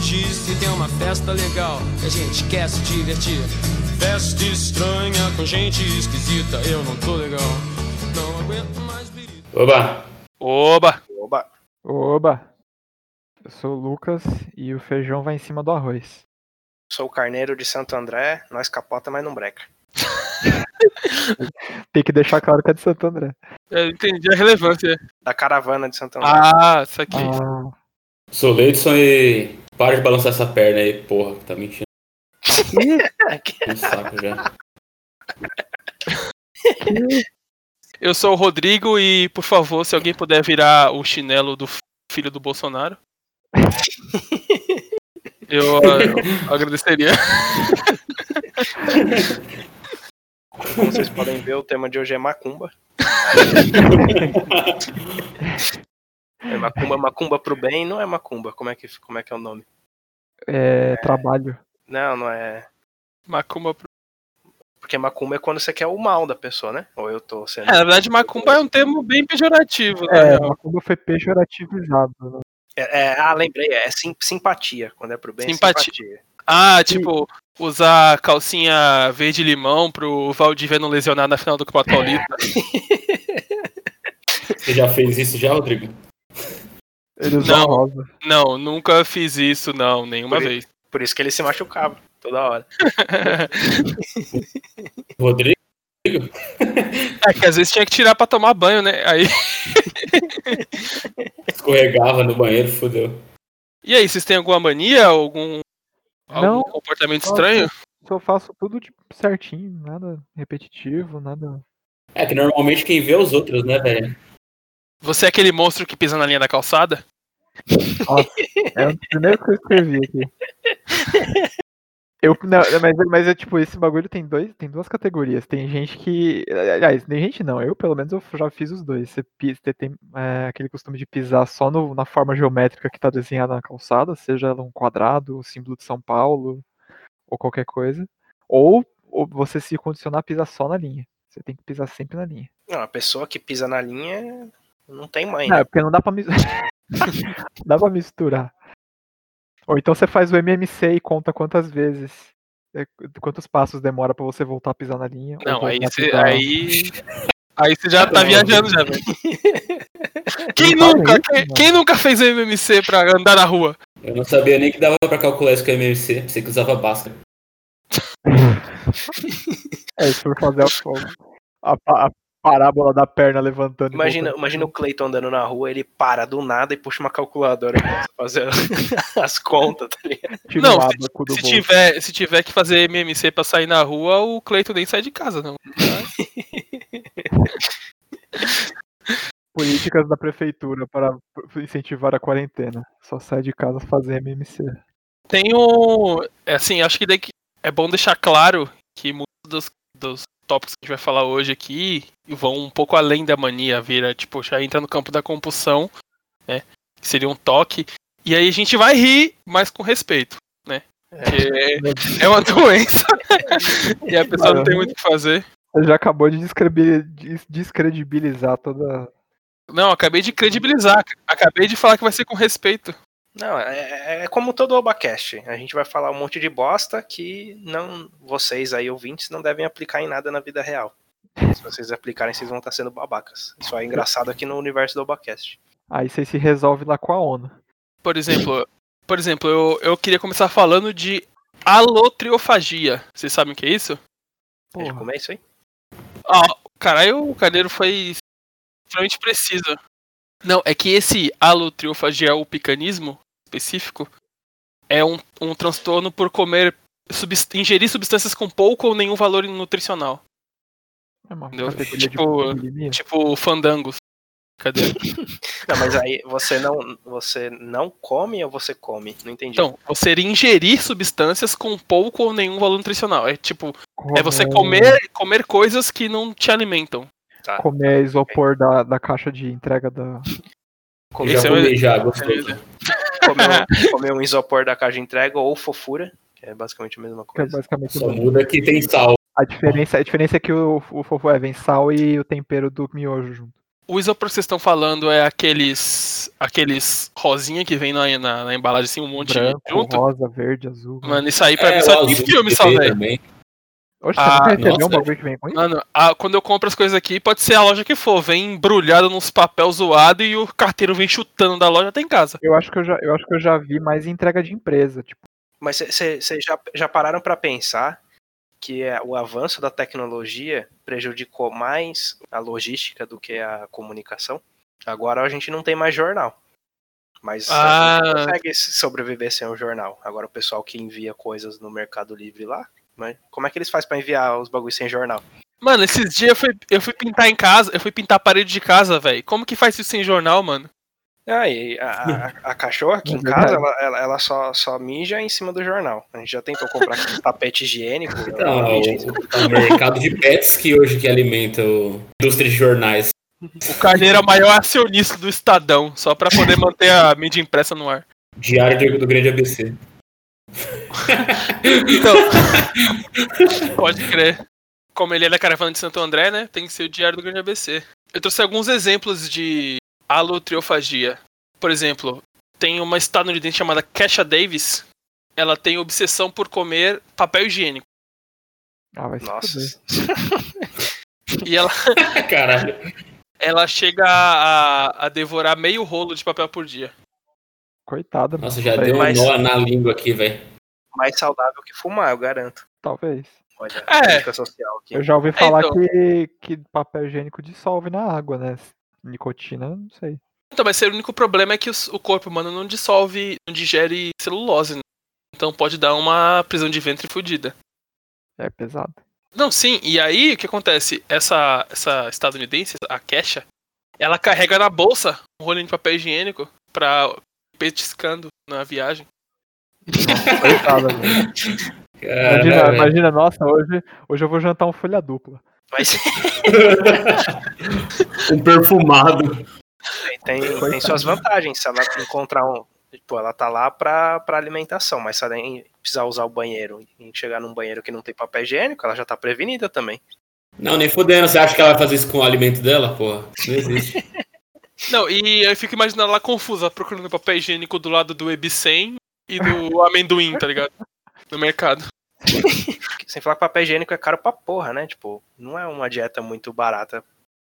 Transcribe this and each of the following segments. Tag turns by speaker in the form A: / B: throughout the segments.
A: X se tem uma festa legal e a gente quer se divertir. Festa estranha com gente esquisita, eu não tô legal. Não aguento mais birita.
B: Oba!
C: Oba!
D: Oba.
E: Oba! Eu sou o Lucas e o feijão vai em cima do arroz.
D: Sou o carneiro de Santo André, nós capota, mas não breca.
E: Tem que deixar claro que é de Santo André.
C: Eu entendi a relevância.
D: Da caravana de Santo André.
C: Ah, isso aqui.
E: Ah,
B: Sou Leidson e. Para de balançar essa perna aí, porra, que tá mentindo.
D: Que-
B: Um saco já.
C: Eu sou o Rodrigo e, por favor, se alguém puder virar o chinelo do filho do Bolsonaro. Eu, ah, eu agradeceria.
D: Como vocês podem ver, o tema de hoje é macumba. É macumba, macumba pro bem, não é macumba. Como é que, como é, que é o nome?
E: é, trabalho.
D: Não, não é.
C: Macumba. pro-
D: Porque macumba é quando você quer o mal da pessoa, né? Ou eu tô sendo.
C: É, na verdade, macumba é um termo bem pejorativo, né?
E: É, macumba foi pejorativizado. né?
D: É, é- ah, lembrei, é sim- simpatia. Quando é pro bem, é
C: Simpatia.
D: simpatia.
C: Ah, tipo, usar calcinha verde-limão pro Valdívia não lesionar na final do Paulista.
B: Você já fez isso já, Rodrigo?
E: Ele usou
C: Não.
E: rosa.
C: Não, nunca fiz isso, não, nenhuma
D: Por-
C: vez.
D: Por isso que ele se machucava toda hora.
B: Rodrigo?
C: É que às vezes tinha que tirar pra tomar banho, né? Aí.
B: Escorregava no banheiro, fodeu.
C: E aí, vocês têm alguma mania? Algum, algum
E: Não.
C: comportamento
E: Nossa.
C: estranho?
E: Só faço tudo de certinho, nada repetitivo, nada.
B: É que normalmente quem vê é os outros, né, velho?
C: Você é aquele monstro que pisa na linha da calçada?
E: É o primeiro que eu escrevi aqui. Eu, não, mas, mas é tipo, esse bagulho tem, dois, tem duas categorias. Tem gente que. Aliás, tem gente não. Eu, pelo menos, eu já fiz os dois. Você, pisa, você tem é, aquele costume de pisar só no- na forma geométrica que tá desenhada na calçada, seja ela um quadrado, o símbolo de São Paulo, ou qualquer coisa. Ou, ou você se condicionar a pisar só na linha. Você tem que pisar sempre na linha.
D: Não, a pessoa que pisa na linha não tem mãe.
E: Não,
D: né?
E: é porque não dá pra misturar. dá pra misturar. Ou então você faz o MMC e conta quantas vezes. é, Quantos passos demora pra você voltar a pisar na linha? ou
C: Não, aí
E: voltar a
C: você.
E: pisar-
C: Aí. Aí você já tá
B: Não.
C: viajando já, velho. Quem
E: Não fala
C: nunca?
E: isso,
C: Quem,
E: mano.
C: quem nunca fez MMC pra andar na rua?
B: Eu não sabia nem que dava pra calcular isso com o MMC, pensei que usava Bhaskara.
E: É, se for fazer a, a, pa- a parábola da perna levantando. e
D: Imagina,
E: voltando.
D: imagina o Cleiton andando na rua, ele para do nada e puxa uma calculadora pra fazer as contas, tá ligado?
E: Tira
C: Não,
E: um ábaco do
C: Se
E: bolso.
C: tiver, se tiver que fazer MMC pra sair na rua, o Cleiton nem sai de casa, não.
E: Políticas da prefeitura para incentivar a quarentena. Só sai de casa fazer MMC.
C: Tem um. é Assim, acho que daí que é bom deixar claro que muitos dos, dos tópicos que a gente vai falar hoje aqui vão um pouco além da mania, vira, tipo, já entra no campo da compulsão, né? Que seria um toque. E aí a gente vai rir, mas com respeito, né? Porque é, uma doença. e a pessoa não tem muito o que fazer.
E: Você já acabou de descrebi- des- descredibilizar toda.
C: Não, acabei de credibilizar. Acabei de falar que vai ser com respeito.
D: Não, é, é como todo Obacast. A gente vai falar um monte de bosta que não vocês aí, ouvintes, não devem aplicar em nada na vida real. Se vocês aplicarem, vocês vão estar sendo babacas. Isso é engraçado aqui no universo do Obacast.
E: Aí você se resolve lá com a ONU.
C: Por exemplo, por exemplo, eu, eu queria começar falando de alotriofagia. Vocês sabem o que é isso?
D: É de
E: Porra.
D: comer isso aí?
C: Ah, caralho, o cadeiro foi extremamente preciso. Não, é que esse alotriofagia ou picanismo específico é um, um transtorno por comer, subs- ingerir substâncias com pouco ou nenhum valor nutricional.
E: É uma
C: Entendeu?
E: categoria
C: Tipo,
E: de bulimia.
C: Tipo fandangos. Cadê?
D: Não, mas aí você não, você não come ou você come? Não entendi.
C: Então, você ingerir substâncias com pouco ou nenhum valor nutricional. É tipo, é você
E: Como
C: comer, comer coisas que não te alimentam.
D: tá.
E: Comer isopor da, da caixa de entrega da.
B: Eu já
C: Esse é o-
B: comi já, gostoso.
D: Comer, um- comer um isopor da caixa de entrega ou fofura, que é basicamente a mesma
E: Que é
D: coisa.
E: basicamente
B: Só um muda que tem sal.
E: a diferença. A diferença é que o, o fofo é, vem sal e o tempero do miojo junto.
C: O isopor que vocês estão falando é aqueles. aqueles rosinha que vem na, na, na embalagem assim, um monte
E: Branco,
C: junto.
E: rosa, verde, azul.
C: Mano, isso aí pra
B: É,
C: mim
B: o
C: só tem
B: azul que
C: filme, né?
B: né?
C: só,
B: tem
C: velho.
B: também.
E: Oxe,
C: Ah,
E: você nunca recebeu um
B: nossa.
E: bagulho que vem com isso?
C: Mano, a- quando eu compro as coisas aqui, pode ser a loja que for, vem embrulhado nos papel zoado e o carteiro vem chutando da loja até em casa.
E: Eu acho que eu já, eu acho que eu já vi mais em entrega de empresa, tipo,
D: Mas vocês já, já pararam para pensar que é, o avanço da tecnologia prejudicou mais a logística do que a comunicação? Agora a gente não tem mais jornal. Mas a gente
C: Ah.
D: consegue sobreviver sem o jornal. Agora o pessoal que envia coisas no Mercado Livre lá, mas como é que eles fazem para enviar os bagulhos sem jornal?
C: Mano, esses dias eu fui, eu fui pintar em casa, eu fui pintar a parede de casa, velho. Como que faz isso sem jornal, mano?
D: Ah, e a, a- a cachorra aqui
E: É
D: em casa,
E: verdade.
D: ela, ela, ela só, só mija em cima do jornal. A gente já tentou comprar aquele tapete higiênico.
E: Tá
D: ela
B: Não,
D: mija em
B: Então, é o, o mercado de pets que hoje que alimenta o- a indústria de jornais.
C: O Carneiro é o maior acionista do Estadão, só pra poder manter a mídia impressa no ar.
B: Diário do, do Grande ABC.
C: Então, pode crer. Como ele é da caravana de Santo André, né? Tem que ser o Diário do Grande ABC. Eu trouxe alguns exemplos de alotriofagia. Por exemplo, tem uma estadunidense chamada Kesha Davis. Ela tem obsessão por comer papel higiênico.
E: ah, vai se fuder.
D: Nossa.
C: E ela,
B: Caralho.
C: ela chega a, a- a devorar meio rolo de papel por dia.
E: Coitada, mano.
B: Nossa, já deu um
D: Mas-
B: nó na língua aqui, velho.
D: mais saudável que fumar, eu garanto.
E: Talvez.
D: Olha,
C: É.
D: a política social aqui.
E: Eu já ouvi falar
C: então.
E: que, que papel higiênico dissolve na água, né? Nicotina, não sei.
C: Então, mas o único problema é que os- o corpo humano não dissolve, não digere celulose, né? Então pode dar uma prisão de ventre fodida.
E: É pesado.
C: Não, sim, e aí o que acontece? Essa, essa estadunidense, a Kesha, ela carrega na bolsa um rolinho de papel higiênico pra ir petiscando na viagem.
E: Coitada, velho.
B: Caralho,
E: Imagina,
B: velho.
E: imagina, nossa, hoje, hoje eu vou jantar um folha dupla.
D: Mas
B: Um perfumado.
D: tem, tem, tem suas vantagens. Se ela encontrar um. Tipo, ela tá lá pra, pra alimentação, mas se ela em- precisar usar o banheiro e chegar num banheiro que não tem papel higiênico, ela já tá prevenida também.
B: Não, nem fudendo. Você acha que ela vai fazer isso com o alimento dela, porra? Não existe.
C: Não, e eu fico imaginando ela confusa, procurando papel higiênico do lado do Ebicem e do amendoim, tá ligado? No mercado.
D: Sem falar que papel higiênico é caro pra porra, né? Tipo, não é uma dieta muito barata.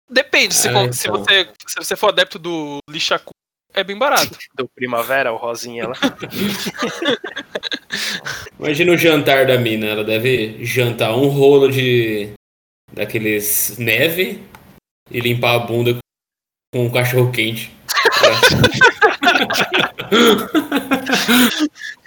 C: Depende, se,
B: Ah,
C: con- se
B: então.
C: você, se você for adepto do lixacu, é bem barato.
D: Do primavera, o rosinha lá.
B: Imagina o jantar da mina. Ela deve jantar um rolo de. daqueles neve e limpar a bunda com um cachorro quente.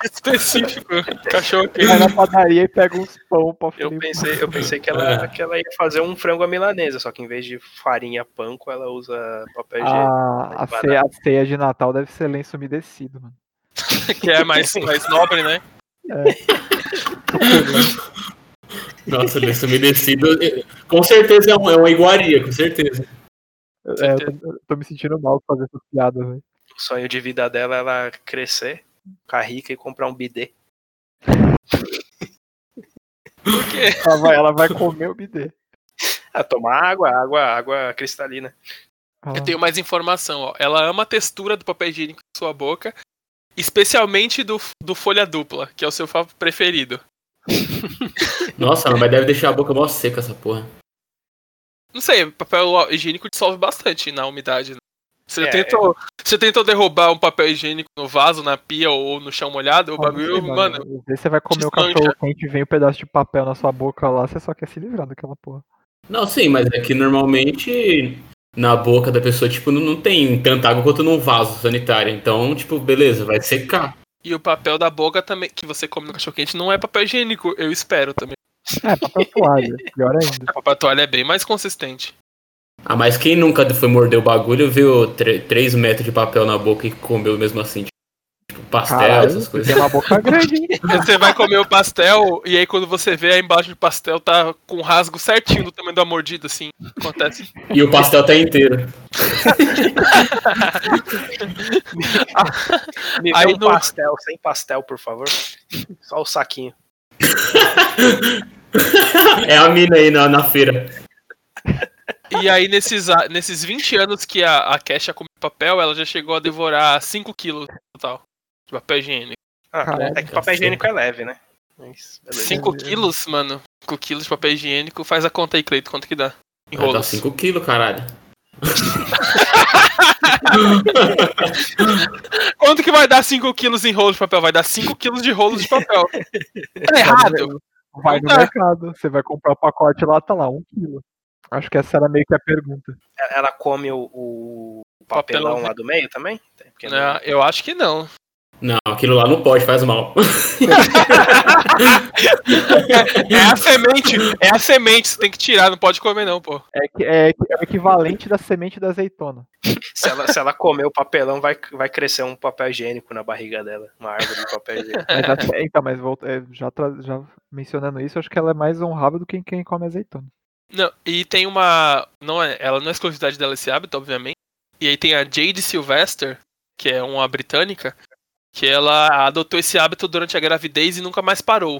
C: específico. Cachorro é, quente.
E: Vai na padaria e pega uns pão pra
D: Eu
E: frio.
D: pensei, eu pensei que, ela, que ela ia fazer um frango à milanesa, só que em vez de farinha panko, ela usa papel higiênico.
E: Ah, A, a,
D: Vai
E: ceia, a ceia de Natal deve ser lenço umedecido, mano.
C: Que é mais, mais nobre, né?
B: Nossa, lenço umedecido. Com certeza é, um- é uma iguaria, com certeza.
E: É, eu, tô, eu tô me sentindo mal por fazer essa piada, velho.
D: O sonho de vida dela é ela crescer, ficar rica e comprar um bidê.
E: Ela vai, ela vai comer o
D: É
E: bidê.
D: Ah, tomar água, água, água cristalina.
E: Ah,
C: Eu tenho mais informação, ó. Ela ama a textura do papel higiênico em sua boca, especialmente do, do folha dupla, que é o seu fa- preferido.
B: Nossa, mas deve deixar a boca mó seca essa porra.
C: Não sei, papel higiênico dissolve bastante na umidade. né? Você, já
D: É,
C: tentou, você tentou derrubar um papel higiênico no vaso, na pia ou no chão
D: um
C: molhado? O
E: Ah, não sei,
C: bagulho, mano.
E: às vezes Você vai comer assim, o
C: deslancha.
E: cachorro quente, vem um pedaço de papel na sua boca lá, você só quer se livrar daquela porra.
B: Não, sim, mas é que normalmente na boca da pessoa, tipo, não, não tem tanta água quanto num vaso sanitário. Então, tipo, beleza, vai secar.
C: E o papel da boca também, que você come no cachorro quente, não é papel higiênico, eu espero também.
E: É, papel toalha, pior ainda.
C: O papel toalha é bem mais consistente.
B: Ah, mas quem nunca foi morder o bagulho viu 3 metros de papel na boca e comeu mesmo assim? Tipo, pastel,
E: Caralho,
B: essas
E: você
B: coisas.
E: tem uma boca grande, hein?
C: Você vai comer o pastel e aí quando você vê a embalagem do pastel tá com o rasgo certinho do tamanho da mordida, assim. Acontece.
B: E o pastel tá inteiro.
D: Me
C: Aí
D: dê um
C: no-
D: pastel, sem pastel, por favor. Só o saquinho.
B: É a mina aí na, na feira.
C: E aí, nesses, a- nesses 20 anos que a, a Kesha comeu papel, ela já chegou a devorar 5 quilos total de papel higiênico.
D: Ah,
E: Caraca.
D: é que papel higiênico é leve, né? Mas, beleza.
C: 5 quilos, mano. 5 quilos de papel higiênico. Faz a conta aí, Cleito, quanto que dá? Em
B: Vai dar
C: rolos.
B: 5 quilos, caralho.
C: Quanto que vai dar 5 quilos em rolos de papel? Vai dar 5 quilos de rolos de papel. Tá errado.
E: Vai no
C: Tá.
E: mercado. Você vai comprar o pacote lá, tá lá, um quilo. Acho que essa era meio que a pergunta.
D: Ela come o, o
C: Papelão.
D: papelão né? É. lá do meio também? Tem, porque não-
C: Não, eu acho que não.
B: Não, aquilo lá não pode, faz mal.
C: É a semente. É a semente. Você tem que tirar, não pode comer, não, pô.
E: É, que- é, é o equivalente da semente da azeitona.
D: Se, ela, se ela comer o papelão, vai, vai crescer um papel higiênico na barriga dela. Uma árvore de papel higiênico.
C: É.
E: Mas até- então, mas volta- é, já, tra- já mencionando isso, acho que ela é mais honrável do que quem come azeitona.
C: Não, e tem uma. Não é, ela não é exclusividade dela esse hábito, obviamente. E aí tem a Jade Sylvester, que é uma britânica, que ela adotou esse hábito durante a gravidez e nunca mais parou.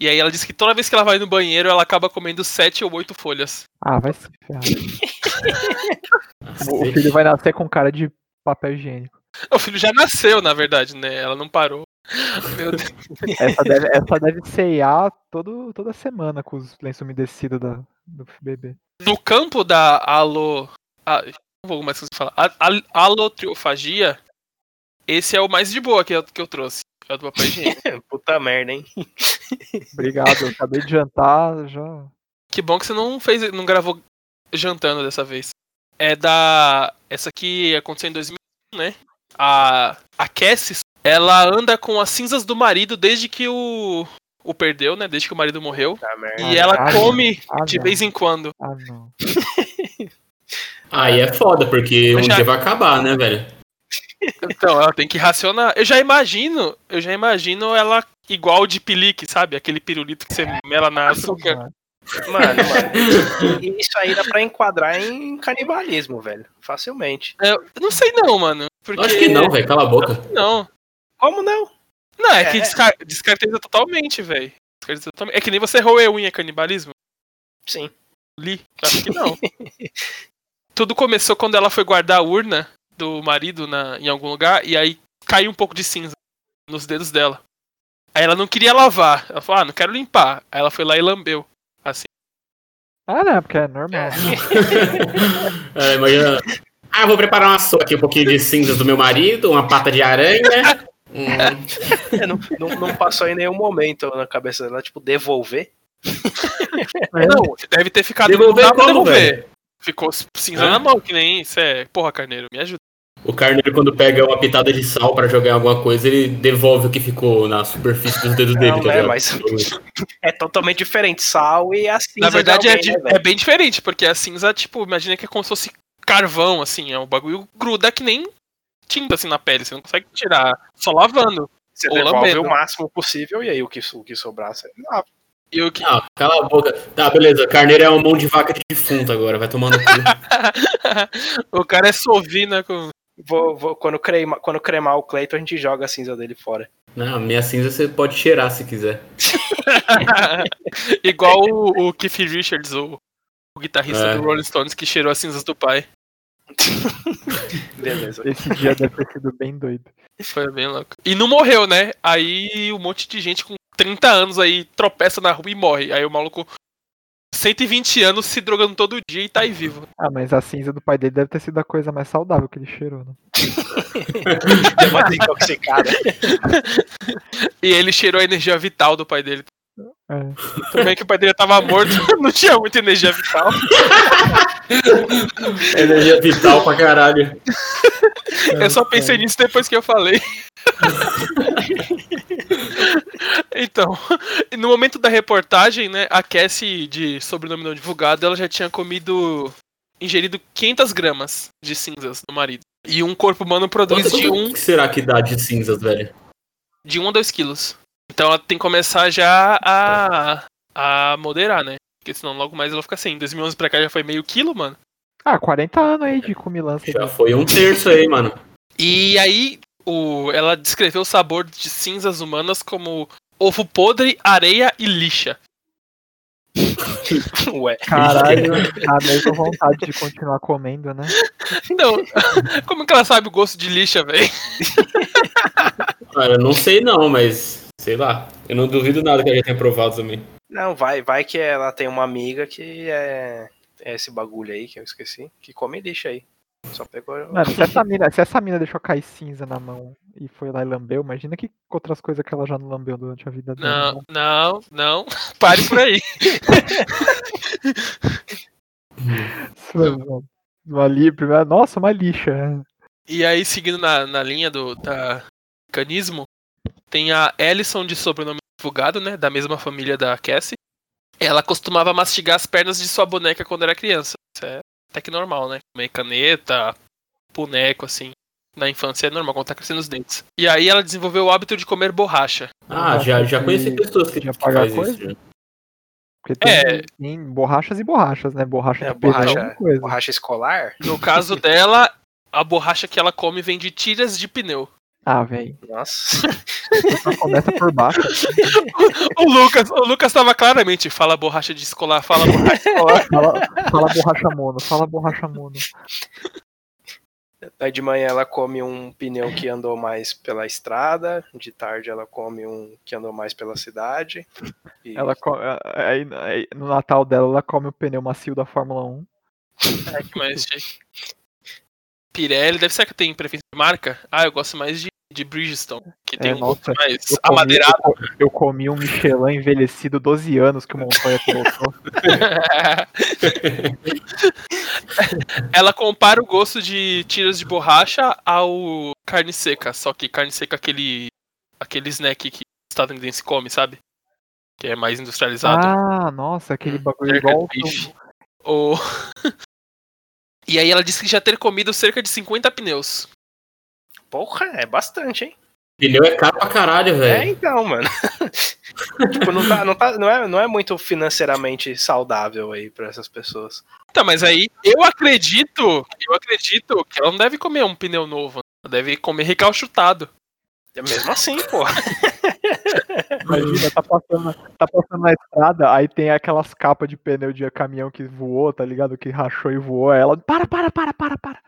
C: E aí ela diz que toda vez que ela vai no banheiro, ela acaba comendo sete ou oito folhas.
E: Ah, vai se ferrar. O
C: assim.
E: o filho vai nascer com cara de papel higiênico.
C: O filho já nasceu, na verdade, né? Ela não parou. Meu Deus.
E: Essa deve, essa deve ceiar todo, toda semana com os lenços umedecidos da, do bebê.
C: No campo da alo. a- não vou mais conseguir falar. A- al- alotriofagia, esse é o mais de boa que eu, que eu trouxe. É o do papel higiênico.
D: Puta merda, hein?
E: Obrigado, eu acabei de jantar, já.
C: Que bom que você não fez, não gravou jantando dessa vez. É da essa aqui aconteceu em 2001, né? A a Cassis, ela anda com as cinzas do marido desde que o o perdeu, né? Desde que o marido morreu.
D: Puta merda.
C: E ela
E: Caralho.
C: come
E: Ah,
C: de
E: não.
C: vez em quando.
E: Ah, não.
B: Aí é foda, porque um
C: Já-
B: dia vai acabar, né, velho?
C: Então, ela tem que racionar. Eu já imagino, eu já imagino ela igual de pilique, sabe? Aquele pirulito que você mela na açúcar.
D: Mano, mano. E Isso aí dá pra enquadrar em canibalismo, velho. Facilmente.
C: É, Eu não sei não, mano. Porque...
B: Acho que não, velho. Cala a boca.
C: Não.
D: Como não?
C: Não, é que
D: É.
C: descar descaracteriza totalmente, velho. Descaracteriza totalmente. É que nem você roer unha, é canibalismo.
D: Sim.
C: Li, acho que não. Tudo começou quando ela foi guardar a urna do marido na, em algum lugar e aí caiu um pouco de cinza nos dedos dela. Aí ela não queria lavar. Ela falou, ah, não quero limpar. Aí ela foi lá e lambeu.
E: Ah, não, porque é normal.
B: É, imagina. Ah, vou preparar uma sopa aqui, um pouquinho de cinzas do meu marido, uma pata de aranha. Hum,
D: É, não, não, não passou em nenhum momento na cabeça dela, tipo, devolver.
E: É.
C: Não, deve ter ficado
B: Devolver
C: não dá pra
B: como,
C: devolver. Ficou cinza
B: Hã?
C: na mão, que nem isso é. Porra, carneiro, me ajuda.
B: o carneiro, quando pega uma pitada de sal pra jogar em alguma coisa, ele devolve o que ficou na superfície dos dedos dele,
D: Não,
B: tá
D: né,
B: ligado?
D: mas- É totalmente diferente. Sal e a cinza
C: Na verdade,
D: de
C: é,
D: alguém,
C: di-
D: né, velho?
C: é bem diferente, porque a cinza, tipo, imagina que é como se fosse carvão, assim, é um bagulho gruda que nem tinta, assim, na pele, você não consegue tirar, só lavando.
D: Você
C: ou
D: devolve
C: lambendo.
D: o máximo possível e aí o que, so- o que sobrar, você lava.
C: E o que...
B: Ah, cala a boca. Tá, beleza. Carneiro é um mão de vaca de defunto agora, vai tomando cu.
C: o cara é sovina com...
D: Vou, vou- quando, crema, quando cremar o Cleiton, a gente joga a cinza dele fora.
B: Não, minha cinza você pode cheirar se quiser.
C: Igual o, o Keith Richards, o, o guitarrista
B: É.
C: do Rolling Stones, que cheirou as cinzas do pai.
D: Beleza.
E: Esse dia deve ter sido bem doido.
C: Foi bem louco. E não morreu, né? Aí um monte de gente com 30 anos aí tropeça na rua e morre. Aí o maluco... 120 anos se drogando todo dia e tá aí vivo.
E: Ah, mas a cinza do pai dele deve ter sido a coisa mais saudável que ele cheirou, né?
D: Deu uma desintoxicada.
C: E ele cheirou a energia vital do pai dele.
E: É.
C: Tudo bem que o pai dele tava morto, não tinha muita energia vital.
B: Energia vital pra caralho.
C: Eu só pensei nisso depois que eu falei. então, no momento da reportagem, né, a Cassie, de sobrenome não divulgado, ela já tinha comido, ingerido 500 gramas de cinzas do marido. E um corpo humano produz
B: Quanto
C: de 1 um,
B: que será que dá de cinzas, velho?
C: de um a 2 quilos. Então ela tem que começar já a, a moderar, né? Porque senão logo mais ela fica sem. Em 2011 pra cá já foi meio quilo, mano.
E: Ah, 40 anos aí de cumilança.
B: Já foi um terço aí, mano.
C: E aí, o, ela descreveu o sabor de cinzas humanas como ovo podre, areia e lixa. Ué.
E: Caralho, a mesma vontade de continuar comendo, né?
C: Não. Como que ela sabe o gosto de lixa, velho?
B: Cara, eu não sei não, mas sei lá. Eu não duvido nada que a gente tenha provado também.
D: Não, vai, vai que ela tem uma amiga que é, é esse bagulho aí que eu esqueci, que come lixo aí. Só pegou.
E: Mano, se essa, mina, se essa mina deixou cair cinza na mão e foi lá e lambeu, imagina que outras coisas que ela já não lambeu durante a vida dela.
C: Não, não, não. Pare por aí.
E: Nossa, né? é uma li... primeira- Nossa, uma lixa. né?
C: E aí, seguindo na, na linha do da mecanismo, tem a Ellison de sobrenome divulgado, né? Da mesma família da Cassie. Ela costumava mastigar as pernas de sua boneca quando era criança. Isso é até que normal, né? Comer caneta, boneco, assim. Na infância é normal, quando tá crescendo os dentes. E aí ela desenvolveu o hábito de comer borracha.
B: Ah, já, já conheci pessoas que,
E: Já
B: que
E: pagar
B: faz isso.
E: coisa?
B: já.
E: Porque tem,
C: É.
E: tem borrachas e borrachas, né? Borracha
D: É,
E: de pedra
D: borracha-
E: uma coisa.
D: Borracha escolar?
C: No caso dela, a borracha que ela come vem de tiras de pneu.
E: Ah, velho.
D: Nossa.
E: Só começa por baixo.
C: O Lucas, o Lucas tava claramente, fala borracha de escolar, fala borracha de escolar.
E: Fala, fala borracha mono, fala borracha mono.
D: Aí de manhã ela come um pneu que andou mais pela estrada, de tarde ela come um que andou mais pela cidade. E
E: Ela co- é, aí- aí no Natal dela, ela come o pneu macio da Fórmula 1.
C: É, que mais, gente? Pirelli, deve ser que tem preferência de marca? Ah, eu gosto mais de, de Bridgestone, que tem um
E: É, nossa,
C: gosto mais
E: Eu comi,
C: amadeirado.
E: eu, co- eu comi um Michelin envelhecido 12 anos que o Montanha colocou.
C: Ela compara o gosto de tiras de borracha ao carne seca, só que carne seca é aquele, aquele snack que o estadunidense come, sabe? Que é mais industrializado.
E: ah, nossa, aquele bagulho
C: Cerca de
E: igual.
C: peixe. O- e aí ela disse que já ter comido cerca de 50 pneus.
D: Porra, é bastante, hein?
B: Pneu é caro pra caralho,
D: É,
B: velho.
D: então, mano. tipo, não, tá, não, tá, não, é, não é muito financeiramente saudável aí pra essas pessoas.
C: Tá, mas aí eu acredito, eu acredito que ela não deve comer um pneu novo. Ela deve comer recalchutado.
D: É mesmo assim, porra.
E: Imagina, tá passando, tá passando na estrada, aí tem aquelas capas de pneu de caminhão que voou, tá ligado? Que rachou e voou. Aí ela, para, para, para, para, para.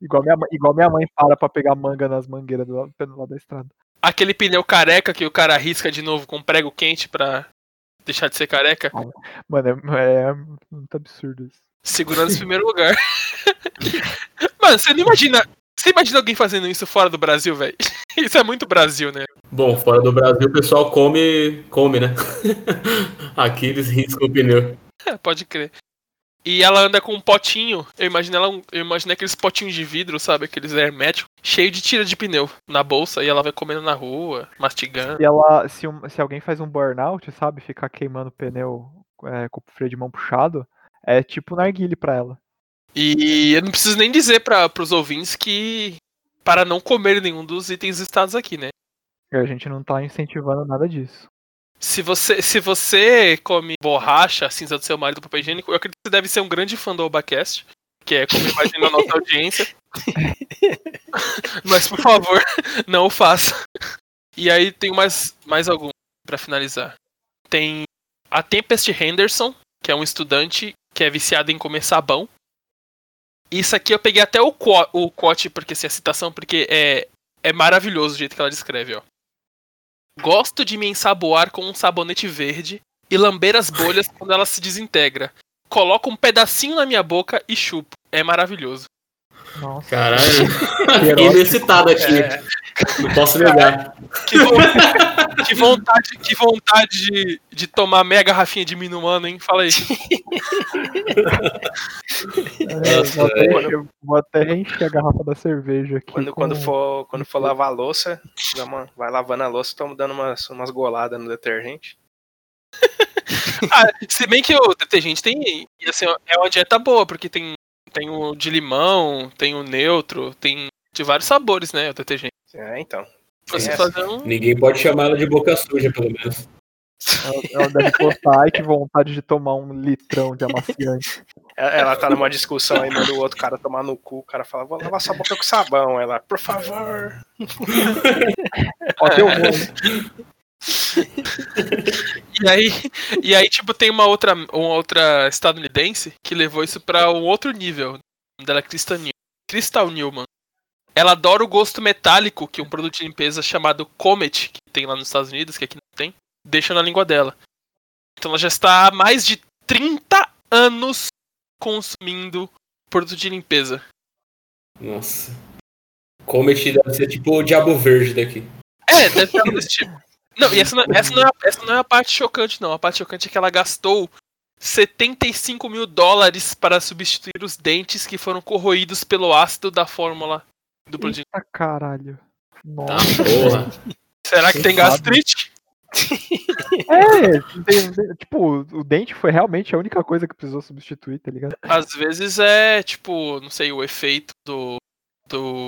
E: Igual minha, mãe- igual minha mãe para pra pegar manga nas mangueiras do lado, do lado da estrada.
C: Aquele pneu careca que o cara risca de novo com um prego quente pra deixar de ser careca.
E: Mano, é, é muito absurdo isso.
C: Segurança em primeiro lugar. Mano, você não imagina. Você imagina alguém fazendo isso fora do Brasil, velho? Isso é muito Brasil, né?
B: Bom, fora do Brasil o pessoal come, come, né? Aqui eles riscam o pneu.
C: É, pode crer. E ela anda com um potinho. Eu imagino ela, eu imagino aqueles potinhos de vidro, sabe? Aqueles herméticos, cheio de tira de pneu na bolsa e ela vai comendo na rua, mastigando.
E: E ela, se, um- se alguém faz um burnout, sabe? Ficar queimando o pneu é, com o freio de mão puxado, é tipo narguile pra ela.
C: E eu não preciso nem dizer para os ouvintes que para não comer nenhum dos itens listados aqui, né?
E: E a gente não tá incentivando nada disso.
C: Se você, se você come borracha, cinza do seu marido, papel higiênico, eu acredito que você deve ser um grande fã do Obacast, que é como imagina a nossa audiência. Mas, por favor, não o faça. E aí tem mais, mais algum pra finalizar. Tem a Tempest Henderson, que é um estudante que é viciado em comer sabão. Isso aqui eu peguei até o, co o quote, porque assim, a citação, porque é, é maravilhoso o jeito que ela descreve, ó. Gosto de me ensaboar com um sabonete verde e lamber as bolhas quando ela se desintegra. Coloco um pedacinho na minha boca e chupo. É maravilhoso.
E: Nossa.
B: Caralho. Fiquei meio excitado aqui. Não posso negar.
C: Que, vo- que vontade, que vontade de, de tomar meia garrafinha de mino humano, hein? Fala aí.
E: É, vou,
B: Nossa,
E: até, encher- vou até reencher a garrafa da cerveja aqui.
D: Quando,
E: com-
D: quando, for, quando for lavar a louça, dá uma- vai lavando a louça, tamo dando umas, umas goladas no detergente.
C: Ah, se bem que o detergente tem. e assim, ó, é uma dieta boa, porque tem, tem o de limão, tem o neutro, tem de vários sabores, né? O detergente.
D: É, então.
C: Você
D: Sim.
C: fazer um.
B: Ninguém pode chamar ela de boca suja, pelo menos.
E: Ela, ela deve postar, ai que vontade de tomar um litrão de amaciante.
D: Ela- Ela tá numa discussão aí, manda o outro cara tomar no cu. O cara fala, vou lavar sua boca com sabão. Ela, por favor.
E: Ó, deu ruim.
C: E aí, e aí, tipo, tem uma outra, uma outra estadunidense que levou isso pra um outro nível. O nome dela é Crystal, New Crystal Newman. Ela adora o gosto metálico que um produto de limpeza chamado Comet, que tem lá nos Estados Unidos, que aqui não tem, deixa na língua dela. Então ela já está há mais de 30 anos consumindo produto de limpeza.
B: Nossa. Comet deve ser tipo o Diabo Verde daqui.
C: É, deve ser algo desse tipo. Não, e essa não, essa, não é, a- essa não é a parte chocante, não. A parte chocante é que ela gastou 75 mil dólares para substituir os dentes que foram corroídos pelo ácido da fórmula do produto.
E: Eita caralho.
C: Tá,
E: Nossa.
B: Porra.
C: Será que tem gastrite?
E: É, tem- tem- tipo, o dente foi realmente a única coisa que precisou substituir, tá ligado?
C: Às vezes é, tipo, não sei, o efeito do. do...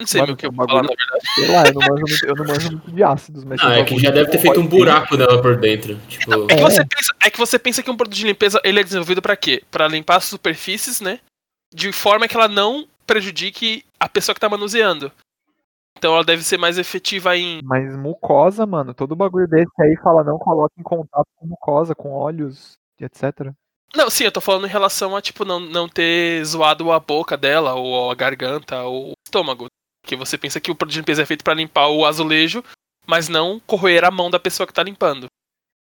C: Não sei
E: Mano,
C: o que eu
E: o
C: vou falar.
E: bagulho-
C: na verdade.
E: Sei lá, eu não manjo muito, eu não manjo muito de ácidos, mas.
B: Não,
E: tem
B: é que
E: bagulho
B: já deve ter feito um
E: corrói
B: buraco nela por dentro. Tipo,
C: É
E: É.
C: que, você pensa, é que você pensa que um produto de limpeza ele é desenvolvido pra quê? Pra limpar as superfícies, né? De forma que ela não prejudique a pessoa que tá manuseando. Então ela deve ser mais efetiva em.
E: dente. Mas mucosa, mano, todo bagulho desse aí fala não coloque em contato com mucosa, com óleos, e etc.
C: Não, sim, eu tô falando em relação a, tipo, não, não ter zoado a boca dela, ou a garganta, ou o estômago. Porque você pensa que o produto de limpeza é feito pra limpar o azulejo, mas não corroer a mão da pessoa que tá limpando.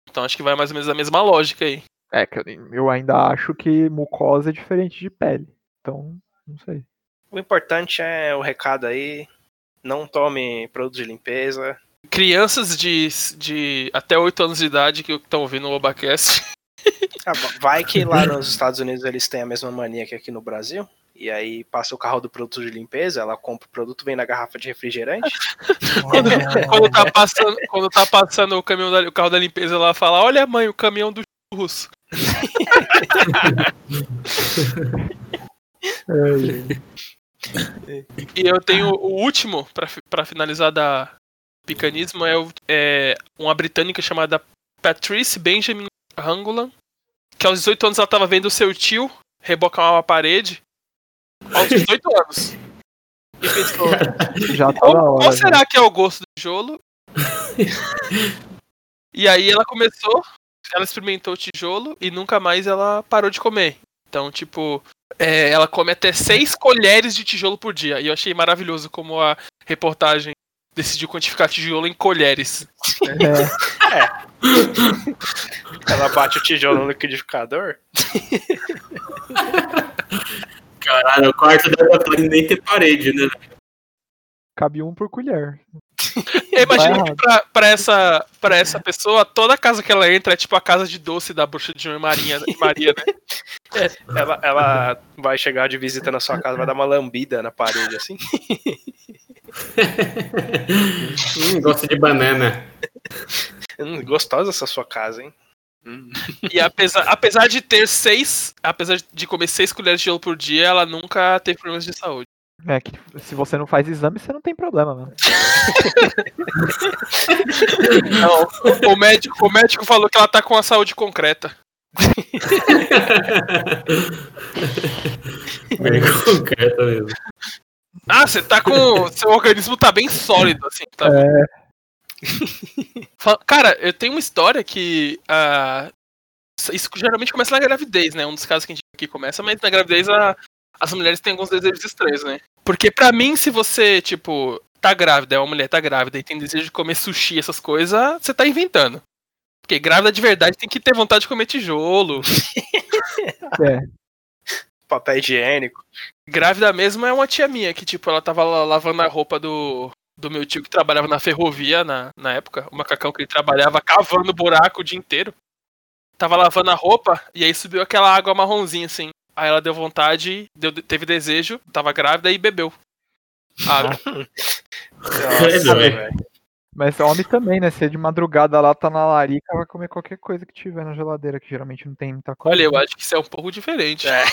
C: Então acho que vai mais ou menos a mesma lógica aí.
E: É, que eu, eu ainda acho que mucosa é diferente de pele. Então, não sei.
D: O importante é o recado aí. Não tome produtos de limpeza.
C: crianças de, de até 8 anos de idade que estão ouvindo o Obacast.
D: Ah, va- vai que lá nos Estados Unidos eles têm a mesma mania que aqui no Brasil. E aí passa o carro do produto de limpeza, ela compra o produto, vem na garrafa de refrigerante.
C: Quando, quando, tá passando, quando tá passando o caminhão da- o carro da limpeza, ela fala: Olha, mãe, o caminhão do churros. E eu tenho o último, pra fi- pra finalizar da picanismo, é, o- é uma britânica chamada Patrice Benjamin Rangulan, que aos 18 anos ela tava vendo o seu tio rebocar uma parede. Aos 18 anos. E pensou,
E: Já tá
C: Qual,
E: na hora.
C: qual
E: né?
C: será que é o gosto do tijolo? e aí ela começou, ela experimentou o tijolo e nunca mais ela parou de comer. Então, tipo, é, ela come até seis colheres de tijolo por dia. E eu achei maravilhoso como a reportagem decidiu quantificar tijolo em colheres.
E: É,
D: Ela bate o tijolo no liquidificador.
B: caralho, o Tá quarto dela pode nem ter parede, né?
E: cabe um por colher.
C: Eu imagino
E: Vai
C: que
E: errado.
C: pra, pra essa, pra essa pessoa, toda casa que ela entra é tipo a casa de doce da bruxa de Maria, Maria né?
D: Ela, ela vai chegar de visita na sua casa, vai dar uma lambida na parede assim.
B: Hum, gosto de banana.
D: Hum, gostosa essa sua casa, hein? Hum.
C: E apesar, apesar de ter seis. Apesar de comer seis colheres de gelo por dia, ela nunca teve problemas de saúde.
E: É que se você não faz exame, você não tem problema, mano.
C: O médico, o médico falou que ela tá com a saúde concreta.
B: Bem concreta mesmo.
C: Ah, você tá com. Seu organismo tá bem sólido, assim. Tá
E: É.
C: Fa- Cara, eu tenho uma história que. ah, isso geralmente começa na gravidez, né? Um dos casos que a gente aqui começa, mas na gravidez a- as mulheres têm alguns desejos estranhos, né? Porque pra mim, se você, tipo, tá grávida, é uma mulher tá grávida e tem desejo de comer sushi, essas coisas, você tá inventando. Porque grávida de verdade tem que ter vontade de comer tijolo.
E: É.
D: Papel higiênico.
C: Grávida mesmo é uma tia minha que, tipo, ela tava lá lavando a roupa do, do meu tio que trabalhava na ferrovia na, na época. O macacão que ele trabalhava cavando buraco o dia inteiro. Tava lavando a roupa e aí subiu aquela água marronzinha, assim. Aí ela deu vontade, deu, teve desejo, tava grávida e bebeu. Ah, A água.
B: É, doido.
D: Nossa, velho.
E: Mas homem também, né? Se é de madrugada lá, tá na larica, vai comer qualquer coisa que tiver na geladeira, que geralmente não tem muita coisa.
C: Olha, eu acho que isso é um pouco diferente.
D: É.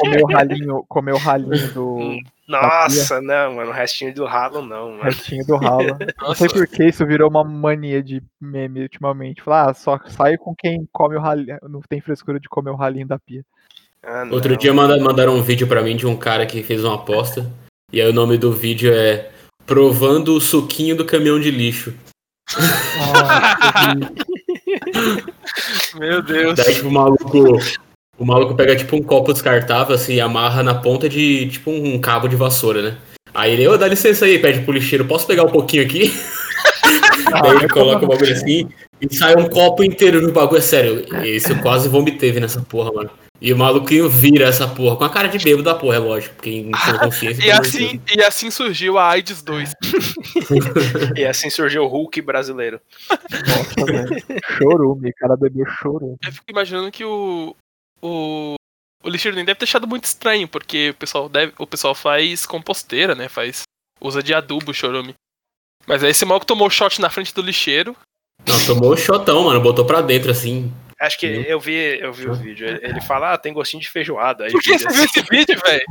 E: Comer o ralinho, comer o ralinho
C: Hum.
E: do
D: Nossa, não, mano. O restinho do ralo, não, mano.
E: restinho do ralo. Não
C: Nossa,
E: sei por que isso virou uma mania de meme ultimamente. Falar, ah, só saio com quem come o ralinho. Não tem frescura de comer o ralinho da pia.
D: Ah, não.
B: Outro dia manda- mandaram um vídeo pra mim de um cara que fez uma aposta. E aí o nome do vídeo é Provando o suquinho do caminhão de lixo.
E: Ah,
C: Meu Deus.
B: Daí, tipo, o maluco. O maluco pega, tipo, um copo descartável, assim, e amarra na ponta de, tipo, um cabo de vassoura, né? Aí ele, ô, dá licença aí, pede pro lixeiro, posso pegar um pouquinho aqui? Daí ele coloca o bagulho assim e sai um copo inteiro do bagulho. É sério, isso eu quase vomitei nessa porra, mano. E o maluquinho vira essa porra, com a cara de bêbado da porra, é lógico, porque não tem consciência.
C: E
B: pelo amor de
C: assim, e assim surgiu a AIDS 2.
D: E assim surgiu o Hulk brasileiro.
E: Nossa, velho. Chorume, o cara bebeu chorume.
C: Eu fico imaginando que o. O, o lixeiro nem deve ter achado muito estranho, porque o pessoal, deve, o pessoal faz composteira, né? Faz. Usa de adubo o chorume. Mas aí esse maluco tomou shot na frente do lixeiro.
B: Deus. Não, tomou o chotão, mano, botou pra dentro, assim.
D: Acho que
B: Meu.
D: eu vi, eu vi o vídeo. Ele ele fala, ah, tem gostinho de feijoada. Aí
C: Por que
D: vira
C: você viu
D: assim.
C: esse vídeo, velho?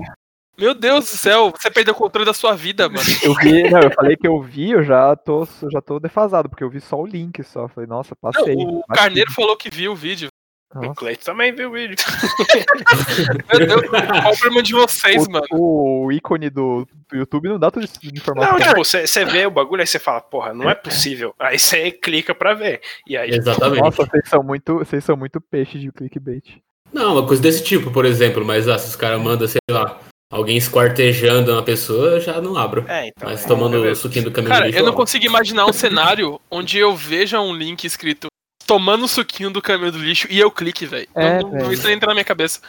C: Meu Deus do céu, você perdeu o controle da sua vida, mano.
E: Eu vi, não, eu falei que eu vi, eu já tô, eu já tô defasado, porque eu vi só o link só. Falei, nossa,
C: Não,
E: passei.
C: o Carneiro é falou que viu o vídeo.
D: O Cleiton também viu o vídeo.
C: Meu Deus, qual o problema de vocês, mano?
E: o, o ícone do, do YouTube não dá tudo isso de informação.
D: Não, tipo, você vê o bagulho, aí você fala, porra, não é possível. Aí você clica pra ver. E aí, tipo,
B: Exatamente.
E: Nossa, vocês são muito, vocês são muito peixe de clickbait.
B: Não, uma coisa desse tipo, por exemplo, mas ah, se os caras mandam, sei lá, alguém esquartejando uma pessoa, eu já não abro.
D: é, então.
B: Mas
D: é,
B: tomando
D: beleza.
B: o suquinho do caminho
C: Cara,
B: do lixo,
C: eu não
B: ó.
C: consigo imaginar um cenário onde eu veja um link escrito tomando o suquinho do caminho do lixo e eu clique, velho.
E: É,
C: Não- não-
E: velho.
C: isso entra na minha cabeça.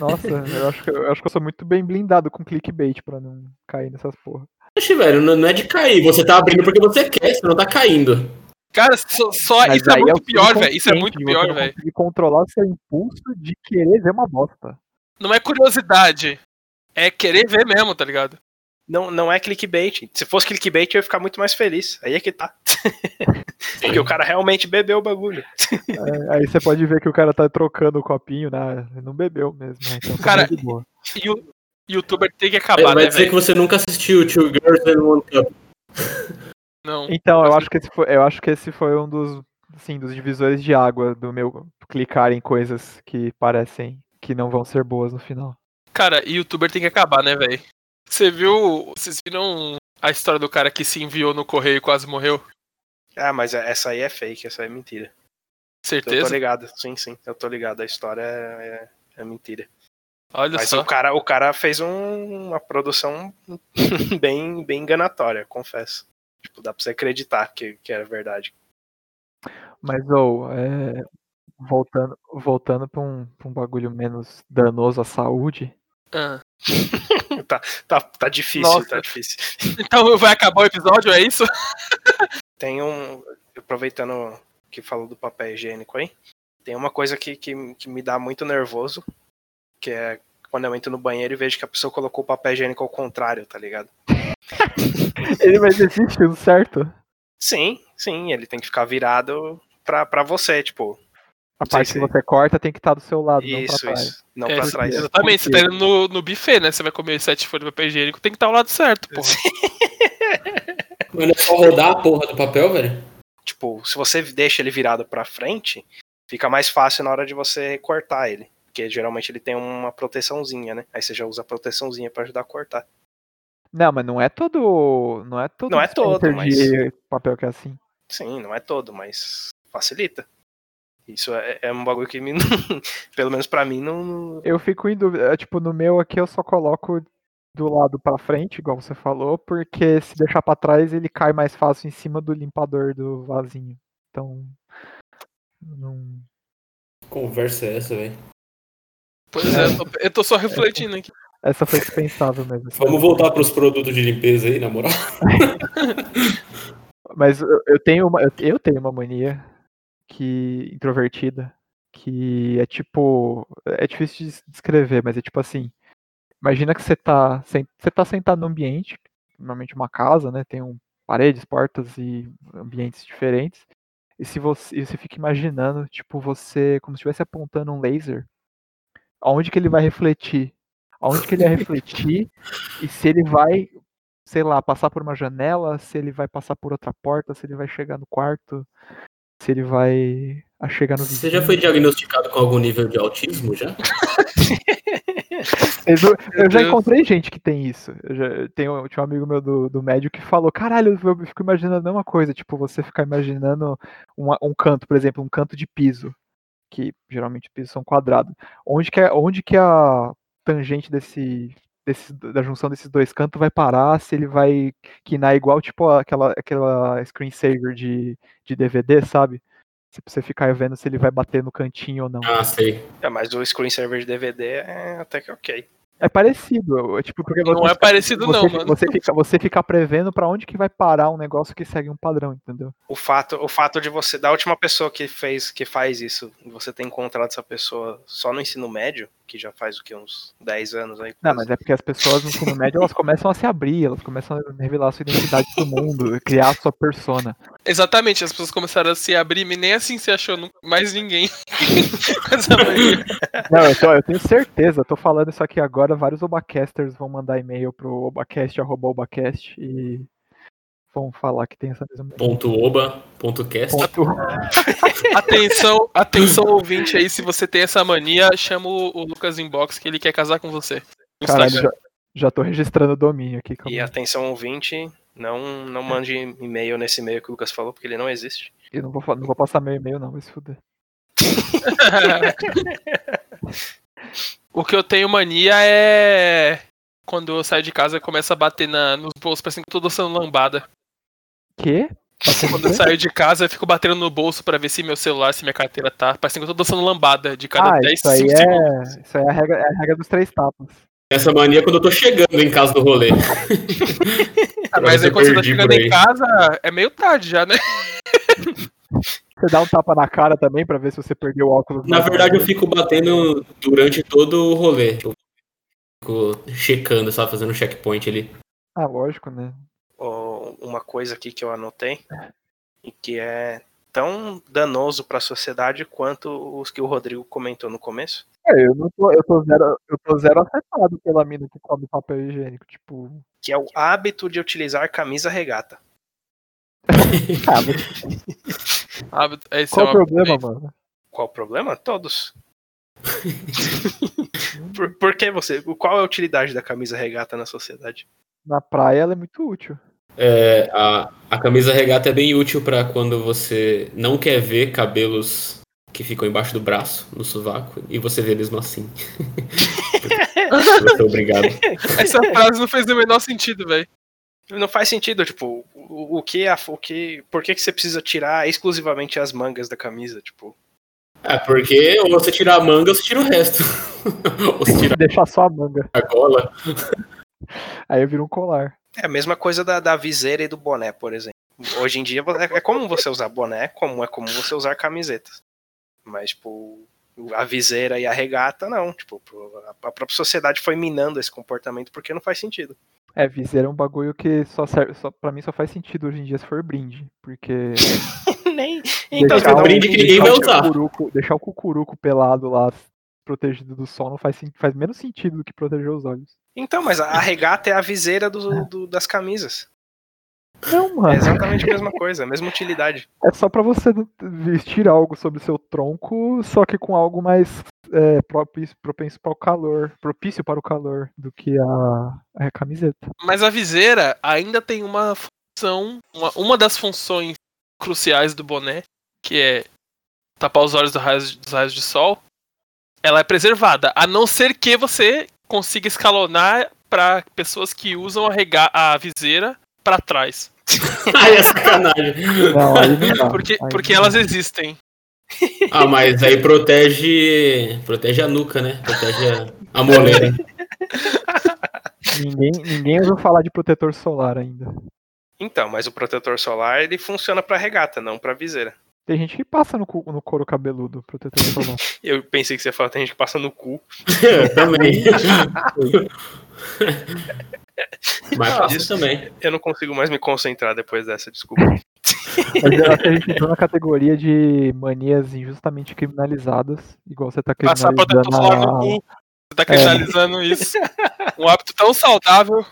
E: Nossa, eu acho, que, eu acho que eu sou muito bem blindado com clickbait pra não cair nessas porra.
B: Oxe, velho, não não é de cair. Você tá abrindo porque você quer, você não tá caindo.
C: Cara, só, só-
E: Mas
C: isso é
E: aí
C: muito
E: o
C: pior, velho. Isso é muito
E: subconsciente, você
C: pior,
E: não
C: velho.
E: conseguir controlar seu impulso de querer ver uma bosta.
C: Não é curiosidade. É querer ver mesmo, tá ligado?
D: Não, não é clickbait. Se fosse clickbait, eu ia ficar muito mais feliz. Aí é que tá. Porque o cara realmente bebeu o bagulho.
E: É, Aí você pode ver que o cara tá trocando o copinho, né? Ele Não bebeu mesmo. né? Então, tá
C: Cara,
E: de boa.
C: E o youtuber tem que
B: Vai-
C: acabar,
B: Vai
C: né,
B: dizer
C: velho?
B: que você nunca assistiu Two Girls and One Cup.
C: Não.
E: Então, eu acho que esse foi, eu acho que esse foi um dos, assim, dos divisores de água do meu clicar em coisas que parecem que não vão ser boas no final.
C: Cara, youtuber tem que acabar, né, velho? Você viu. Vocês viram a história do cara que se enviou no correio e quase morreu?
D: Ah, mas essa aí é fake, essa aí é mentira. Eu tô
C: Certeza?
D: ligado. Sim, sim, eu tô ligado. A história é, é- é mentira.
C: Olha
D: Mas
C: só.
D: o cara, o cara fez um- uma produção bem, bem enganatória, confesso. Tipo, dá pra você acreditar que, que era verdade.
E: Mas ou é, voltando, voltando para um, pra um bagulho menos danoso à saúde.
C: Ah.
D: Tá, tá difícil,
C: Nossa.
D: tá difícil.
C: Então vai acabar o episódio, é isso?
D: Tem um. Aproveitando que falou do papel higiênico aí, tem uma coisa que, que, que me dá muito nervoso, que é quando eu entro no banheiro e vejo que a pessoa colocou o papel higiênico ao contrário, tá ligado?
E: Ele vai desistir, certo?
D: Sim, sim, ele tem que ficar virado pra, pra você, tipo.
E: A
D: Sim,
E: parte
D: sim.
E: que você corta tem que estar do seu lado, não
D: isso,
E: pra trás.
D: isso. Não
C: É,
D: pra
E: isso
D: trás.
E: mesmo.
C: Exatamente, você tá indo no, no buffet, né? Você vai comer sete folhas de papel higiênico, tem que estar ao lado certo, pô.
B: Mano, é só rodar a porra do papel, velho?
D: Tipo, se você deixa ele virado pra frente, fica mais fácil na hora de você cortar ele. Porque geralmente ele tem uma proteçãozinha, né? Aí você já usa a proteçãozinha pra ajudar a cortar.
E: Não, mas não é todo. Não é todo.
D: Não é todo,
E: dispenser
D: mas-
E: de papel que é assim.
D: Sim, não é todo, mas facilita. Isso é, é um bagulho que me, pelo menos pra mim não, não-
E: Eu fico em dúvida. é, Tipo, no meu aqui eu só coloco do lado pra frente, igual você falou, porque se deixar pra trás ele cai mais fácil em cima do limpador do vasinho. Então. Não...
B: Conversa é essa, velho?
C: Pois é, eu tô, eu tô só refletindo aqui.
E: Essa foi dispensável mesmo. assim. essa
B: Vamos
E: daí.
B: voltar pros produtos de limpeza aí, na moral.
E: Mas eu eu tenho uma, eu- eu tenho uma mania que introvertida, que é tipo, é difícil de s- descrever, mas é tipo assim, imagina que você tá, sen- você tá sentado num ambiente, normalmente uma casa, né, tem um, paredes, portas e ambientes diferentes. E se você, e você fica imaginando, tipo, você como se estivesse apontando um laser, aonde que ele vai refletir? Aonde que ele vai refletir? E se ele vai sei lá, passar por uma janela, se ele vai passar por outra porta, se ele vai chegar no quarto, se ele vai a chegar no
B: Você já
E: vizinho.
B: foi diagnosticado com algum nível de autismo já?
E: Eles- eu- eu já
C: Deus.
E: encontrei gente que tem isso. Eu já, eu tenho, tinha um amigo meu do, do médio que falou: caralho, eu fico imaginando a mesma coisa. Tipo, você ficar imaginando uma- um canto, por exemplo, um canto de piso. Que geralmente pisos são quadrados. Onde que, é, onde que a tangente desse, desse- da junção desses dois cantos vai parar? Se ele vai quinar igual, tipo, aquela, aquela screensaver de, de DVD, sabe? Se você ficar vendo se ele vai bater no cantinho ou não.
B: Ah, sei.
D: É, mas o screensaver de DVD é até que ok.
E: É parecido, é tipo, porque
C: Não
E: você
C: é parecido, não,
E: você,
C: mano.
E: Você fica, você fica prevendo pra onde que vai parar um negócio que segue um padrão, entendeu?
D: O fato, o fato de você, da última pessoa que fez, que faz isso, você ter encontrado essa pessoa só no ensino médio, que já faz o que, uns 10 anos aí.
E: Não, mas é porque as pessoas no ensino médio elas começam a se abrir, elas começam a revelar a sua identidade pro mundo, criar a sua persona.
C: Exatamente, as pessoas começaram a se abrir, mas nem assim se achou nunca mais ninguém. Com essa mania.
E: Não, eu, tô- eu tenho certeza, eu tô falando isso aqui agora, vários obacasters vão mandar e-mail pro obacast, arroba obacast e vão falar que tem essa mesma...
B: Ponto oba, ponto cast.
E: Ponto.
C: atenção, atenção ouvinte aí, se você tem essa mania, chama o, o Lucas Inbox que ele quer casar com você. No
E: Caralho,
C: Instagram.
E: já, já tô registrando o domínio aqui. calma
D: E
E: aí.
D: atenção ouvinte, não, não mande e-mail nesse e-mail que o Lucas falou, porque ele não existe.
E: Eu não vou, fa- não vou passar meu e-mail não, vai se fuder.
C: o que eu tenho mania é quando eu saio de casa começa a bater na, nos bolsos, parece que eu tô dançando lambada.
E: Que?
C: Quando eu saio de casa, eu fico batendo no bolso pra ver se meu celular, se minha carteira tá. Parece que eu tô dançando lambada de cada
E: Ah,
C: 10
E: isso aí
C: cinco segundos.
E: é, isso aí é a regra, é a regra dos três tapas.
B: Essa mania é quando eu tô chegando em casa do rolê.
C: Ah, mas aí
B: eu
C: quando você tá
B: perdi
C: chegando
B: por
C: em
B: aí.
C: casa, é meio tarde já, né?
E: Você dá um tapa na cara também pra ver se você perdeu o óculos.
B: Na verdade, eu fico batendo durante todo o rolê. Eu fico checando, sabe? Fazendo um checkpoint ali.
E: Ah, lógico, né?
D: Ó, Uma coisa aqui que eu anotei, e que é tão danoso para a sociedade quanto os que o Rodrigo comentou no começo.
E: É, eu, não tô, eu, tô zero, eu tô zero afetado pela mina que come papel higiênico. Tipo,
D: que é o hábito de utilizar camisa regata.
E: ah, mas
C: Ah, esse
E: qual
C: é
E: o
C: uma-
E: problema, mano?
D: Qual o problema? Todos. por, por que você? Qual é a utilidade da camisa regata na sociedade?
E: Na praia ela é muito útil.
B: É, a, a camisa regata é bem útil pra quando você não quer ver cabelos que ficam embaixo do braço, no sovaco, e você vê mesmo assim. você é obrigado.
C: Essa frase não fez o menor sentido, velho.
D: Não faz sentido, tipo, o, o que a, o que, por que que você precisa tirar exclusivamente as mangas da camisa, tipo?
B: É porque ou você tira a manga ou você tira o resto. ou você tira
E: Deixar só a manga.
B: a gola.
E: Aí eu viro um colar.
D: É a mesma coisa da, da viseira e do boné, por exemplo. Hoje em dia é é comum você usar boné, como é comum você usar camisetas. Mas tipo, a viseira e a regata não, tipo, a a própria sociedade foi minando esse comportamento porque não faz sentido.
E: É, viseira é um bagulho que só serve. Só, pra mim só faz sentido hoje em dia se for brinde. Porque.
D: Nem. Então,
B: Deixar
D: cada
B: um
D: um-
B: brinde que ninguém vai
E: deixar o
B: usar.
E: cucuruco- deixar o cucuruco pelado lá, protegido do sol, não faz, sen- faz menos sentido do que proteger os olhos.
D: então, mas a a regata é a viseira do- do- das camisas.
E: Não,
D: É
E: mano.
D: exatamente a mesma coisa, a mesma utilidade.
E: É só pra você não vestir algo sobre o seu tronco, só que com algo mais é, propício, propenso para o calor, propício para o calor do que a, a camiseta.
C: Mas a viseira ainda tem uma função, uma, uma das funções cruciais do boné, que é tapar os olhos do raio- dos raios de sol. Ela é preservada, a não ser que você consiga escalonar pra pessoas que usam a, rega- a viseira pra trás.
B: Ai, é sacanagem.
E: Não, aí não dá.
C: Porque,
E: Tá. aí
C: porque
E: não
C: elas é
E: dá.
C: existem.
B: Ah, mas aí protege. Protege a nuca, né? Protege a, a moleira.
E: Ninguém, ninguém ouviu falar de protetor solar ainda.
D: Então, mas o protetor solar ele funciona pra regata, não pra viseira.
E: Tem gente que passa no, cu- no couro cabeludo, protetor solar.
D: Eu pensei que você ia falar, tem gente que passa no cu.
B: Eu também. Mas
D: Ah,
B: passa
D: isso-
B: também.
D: Eu não consigo mais me concentrar depois dessa, desculpa.
E: Mas
B: é-
E: eu acho que a gente entrou na categoria de manias injustamente criminalizadas, igual você tá
C: Passar
E: criminalizando
C: protetor solar no
E: a-
C: cu. Você tá criminalizando isso. Um hábito tão saudável.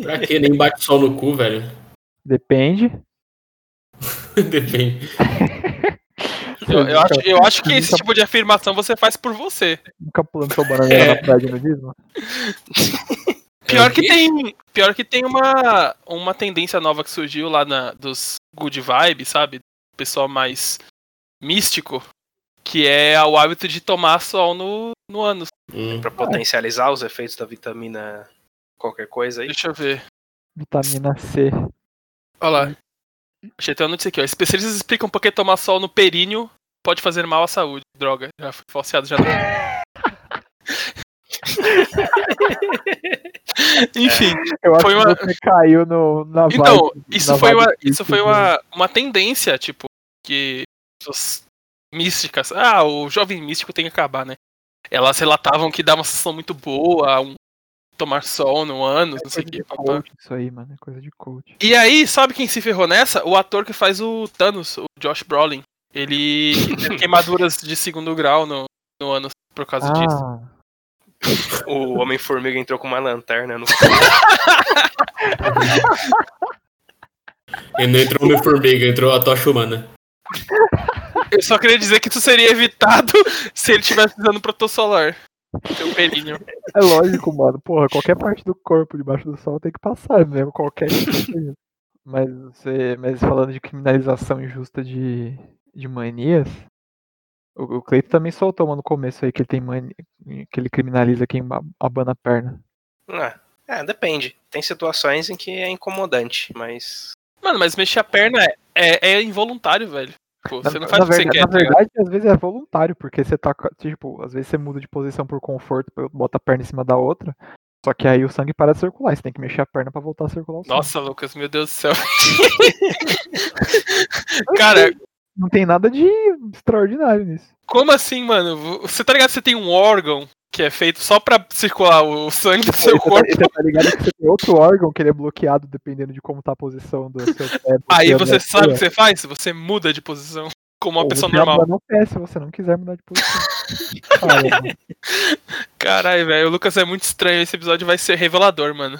B: Pra que nem bate sol no cu, velho?
E: Depende.
B: Depende.
C: Eu, eu acho, eu acho que
E: Nunca-
C: esse tipo de afirmação você faz por você.
E: Nunca plantou bananeira
C: É.
E: na praia de nudismo?
C: Pior que tem, pior que tem uma, uma tendência nova que surgiu lá na, dos good vibes, sabe? O pessoal mais místico, que é o hábito de tomar sol no, no ânus.
B: Hum.
D: Pra potencializar os efeitos da vitamina qualquer coisa aí.
C: Deixa eu ver.
E: Vitamina C.
C: Olha lá. Hum. Achei até uma notícia aqui, ó. Especialistas explicam por que tomar sol no períneo pode fazer mal à saúde. Droga, já fui falseado já. Não... Enfim,
E: Eu acho
C: Foi uma-
E: que você caiu no, na
C: então,
E: É, vibe-
C: isso
E: na
C: foi,
E: vibe
C: uma,
E: mística,
C: isso foi uma, uma tendência, tipo, que pessoas místicas. Ah, o jovem místico tem que acabar, né? Elas relatavam que dá uma sensação muito boa, um tomar sol no ano, não
E: É
C: sei
E: coisa
C: o que.
E: de
C: papá.
E: coach isso aí, mano. É coisa de coach.
C: E aí, sabe quem se ferrou nessa? O ator que faz o Thanos, o Josh Brolin. Ele teve queimaduras de segundo grau no, no ano por causa disso.
E: Ah,
D: O Homem-Formiga entrou com uma lanterna no.
B: Ele não entrou no formiga, entrou a tocha humana.
E: Ah.
C: Eu só queria dizer que isso seria evitado se ele tivesse usando protossolar. Seu períneo.
E: é lógico, mano. Porra, qualquer parte do corpo debaixo do sol tem que passar, mesmo qualquer. mas você, mas falando de criminalização injusta de, de manias, o, o Cleito também soltou mano, no começo aí que ele tem mania, que ele criminaliza quem ba- abana a perna.
D: Ah, é, depende. Tem situações em que é incomodante, mas.
C: Mano, mas mexer a perna é, é, é involuntário, velho. Pô, você não faz o que
E: verdade,
C: você quer.
E: na
C: tá ligado?
E: verdade, às vezes é voluntário, porque você tá. com a- Tipo, às vezes você muda de posição por conforto, bota a perna em cima da outra. Só que aí o sangue para de circular, você tem que mexer a perna pra voltar a circular o sangue.
C: Nossa, Lucas, meu Deus do céu. Cara,
E: Não tem nada de extraordinário nisso.
C: como assim, mano? Você tá ligado que você tem um órgão que é feito só pra circular o sangue do seu
E: E você tá-
C: corpo?
E: e Você tá ligado que você tem outro órgão que ele é bloqueado dependendo de como tá a posição do seu cérebro.
C: Aí
E: seu
C: você sabe o que
E: neurônio.
C: você faz? Você muda de posição. Como uma
E: Ou
C: pessoa
E: você é
C: normal.
E: amanhece se você não quiser mudar de posição. Cara, mano,
C: Caralho, velho. O Lucas é muito estranho. Esse episódio vai ser revelador, mano.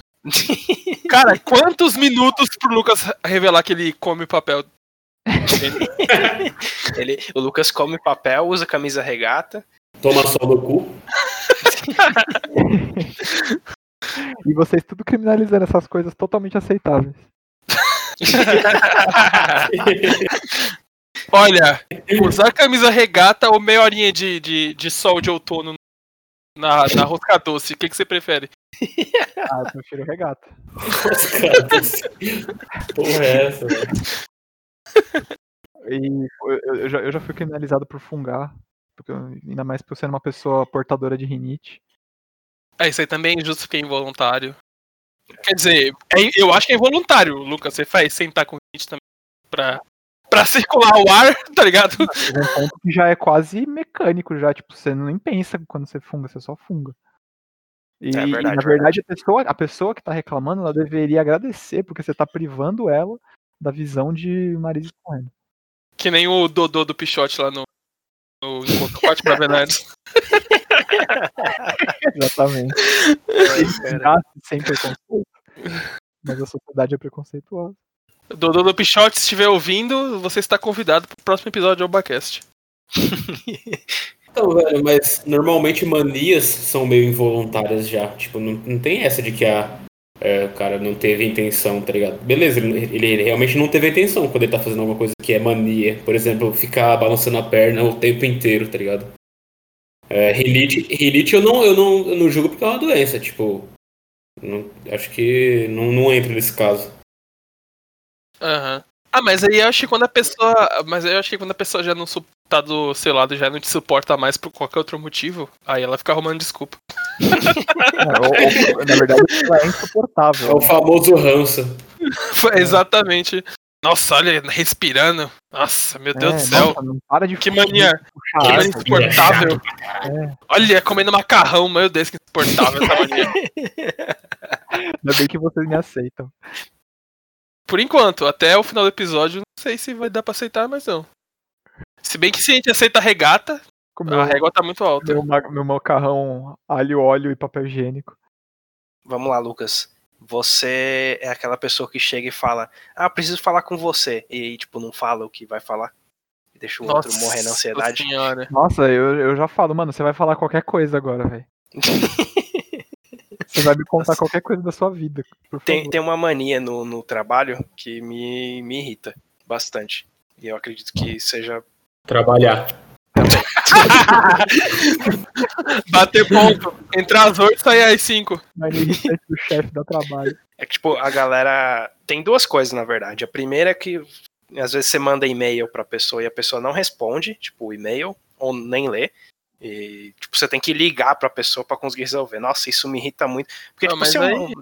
C: Cara, quantos minutos pro Lucas revelar que ele come papel?
D: Ele, o Lucas come papel, usa camisa regata.
B: Toma sol no cu.
E: e vocês tudo criminalizando essas coisas totalmente aceitáveis.
C: Olha, usar camisa regata ou meia horinha de, de, de sol de outono na, na rosca doce. O que, que você prefere?
E: Ah, eu prefiro regata.
B: Nossa, cara, que Porra, é essa, velho?
E: E eu, eu- eu já, eu já fui criminalizado por fungar. Porque, eu- ainda mais por ser uma pessoa portadora de rinite.
C: Ah, isso aí também é injusto porque é involuntário. Quer dizer, é- eu acho que é involuntário, Lucas. Você faz sentar com gente também pra, pra circular o ar, tá ligado?
E: Chega um ponto que já é quase mecânico, já, tipo, você nem pensa quando você funga, você só funga. E,
D: É
E: e,
D: verdade,
E: na verdade, a pessoa, a pessoa que tá reclamando, ela deveria agradecer, porque você tá privando ela da visão de nariz correndo.
C: Que nem o Dodô do Pichote lá no, no encontro Corte pra Bernardes.
E: Exatamente.
C: é, né?
E: Ele nasce sem preconceito. Mas a sociedade é preconceituosa.
C: O Dodô do Pichote, se estiver ouvindo, você está convidado pro próximo episódio do Obacast.
B: Então, velho, mas normalmente manias são meio involuntárias já. Tipo, não, não tem essa de que a, é, o cara não teve intenção, tá ligado? Beleza, ele, ele- ele realmente não teve intenção quando ele tá fazendo alguma coisa que é mania. Por exemplo, ficar balançando a perna o tempo inteiro, tá ligado? É, rinite, rinite eu não, eu, não, eu não julgo porque é uma doença, tipo. não- acho que não, não entra nesse caso.
C: Aham. Ah, mas aí eu acho que quando a pessoa. Mas aí eu acho que quando a pessoa já não su- tá do seu lado, já não te suporta mais por qualquer outro motivo, aí ela fica arrumando desculpa.
E: É, ou- ou- na verdade, ela é insuportável.
B: É o famoso ranço.
C: Foi Exatamente. Nossa, olha, respirando. Nossa, meu Deus
E: É,
C: do céu.
E: nossa, não para de
C: Que mania,
E: puxar
C: que mania
E: asco.
C: insuportável.
E: é.
C: Olha, comendo macarrão, meu Deus, que insuportável essa mania.
E: Ainda bem que vocês me aceitam.
C: Por enquanto, até o final do episódio, não sei se vai dar pra aceitar, mas não. Se bem que se a gente aceita a regata,
E: Comeu
C: a régua tá muito alta.
E: meu, ma- meu macarrão, alho, óleo e papel higiênico.
D: Vamos lá, Lucas. Você é aquela pessoa que chega e fala: Ah, preciso falar com você. E aí, tipo, não fala o que vai falar. deixa o outro morrer na ansiedade.
C: Senhora.
E: Nossa, eu, eu já falo, mano, você vai falar qualquer coisa agora, velho. Você vai me contar qualquer coisa da sua vida. por
D: Tem,
E: favor.
D: tem uma mania no, no trabalho que me, me irrita bastante. E eu acredito que seja.
B: Trabalhar.
C: Bater ponto. Entrar às 8 e sair às 5.
E: Mas ninguém sabe que o chefe dá trabalho.
D: É que, tipo, a galera. Tem duas coisas, na verdade. A primeira é que às vezes você manda e-mail pra pessoa e a pessoa não responde, tipo, o e-mail, ou nem lê. E, tipo, você tem que ligar pra pessoa pra conseguir resolver. Nossa, isso me irrita muito. Porque,
C: Ah,
D: tipo,
C: mas
D: se eu.
C: aí-
D: não-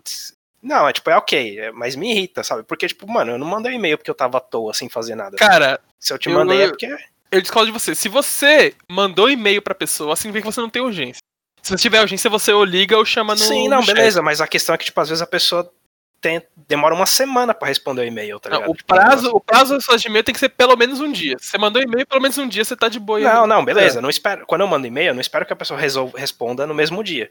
D: Não, é tipo, é ok, é- mas me irrita, sabe? Porque, tipo, mano, eu não mandei e-mail porque eu tava à toa sem fazer nada.
C: Cara,
D: se eu te
C: eu
D: mandei
C: não-
D: é porque.
C: eu discordo de você. Se você mandou e-mail pra pessoa, significa que você não tem urgência. Se você tiver urgência, você ou liga ou chama no.
D: Sim, não,
C: no um chat.
D: beleza, mas a questão é que, tipo, às vezes a pessoa tem- demora uma semana pra responder o e-mail, tá
C: Não,
D: ligado?
C: o prazo, o prazo do seu e-mail tem que ser pelo menos um dia. Se você mandou e-mail, pelo menos um dia você tá de boa. aí.
D: Não, não,
E: É.
D: beleza, não espero. Quando eu mando e-mail, eu não espero que a pessoa resolva, responda no mesmo dia.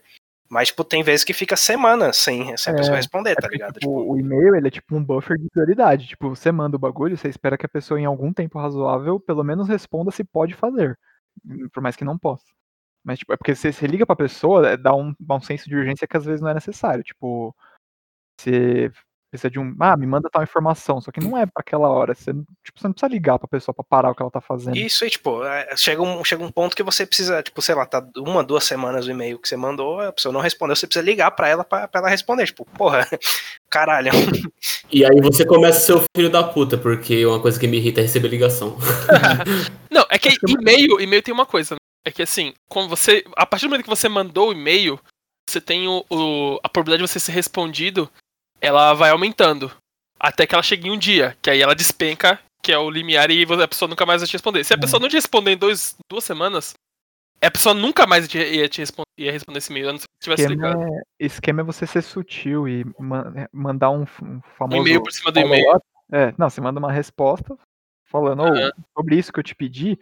D: Mas, tipo, tem vezes que fica semana sem, sem a
E: É,
D: pessoa responder,
E: É
D: tá
E: porque,
D: ligado?
E: tipo,
D: Tipo,
E: o e-mail, ele é tipo um buffer de prioridade. Tipo, você manda o bagulho, você espera que a pessoa em algum tempo razoável, pelo menos responda se pode fazer. Hum, Por mais que não possa. Mas, tipo, é porque você, você liga pra pessoa, é, dá um, dá um senso de urgência que às vezes não é necessário. Tipo, você precisa de um. Ah, me manda tal informação. Só que não é pra aquela hora. Você, não- tipo, você não precisa ligar pra pessoa pra parar o que ela tá fazendo.
D: isso aí, tipo, é, chega um, chega um ponto que você precisa, tipo, sei lá, tá uma, duas semanas o e-mail que você mandou, a pessoa não respondeu, você precisa ligar pra ela pra, pra ela responder. Tipo, porra, caralho.
B: E aí você começa a ser o filho da puta, porque uma coisa que me irrita é receber ligação.
C: Não, é que e-mail, e-mail tem uma coisa. né? É que assim, quando você, a partir do momento que você mandou o e-mail, você tem o, o- a probabilidade de você ser respondido, ela vai aumentando até que ela chegue em um dia, que aí ela despenca, que é o limiar e você- a pessoa nunca mais vai te responder. Se a
E: Hum.
C: pessoa não te responder em dois, duas semanas, a pessoa nunca mais te- ia te responder, ia responder esse e-mail, a não ser que tivesse
E: esquema,
C: ligado.
E: é, esquema é você ser sutil e ma- mandar um, f- um
C: Um
E: famoso.
C: e-mail por cima do e-mail.
E: follow-up. É, não, você manda uma resposta falando "Ô,
C: Aham.
E: sobre isso que eu te pedi,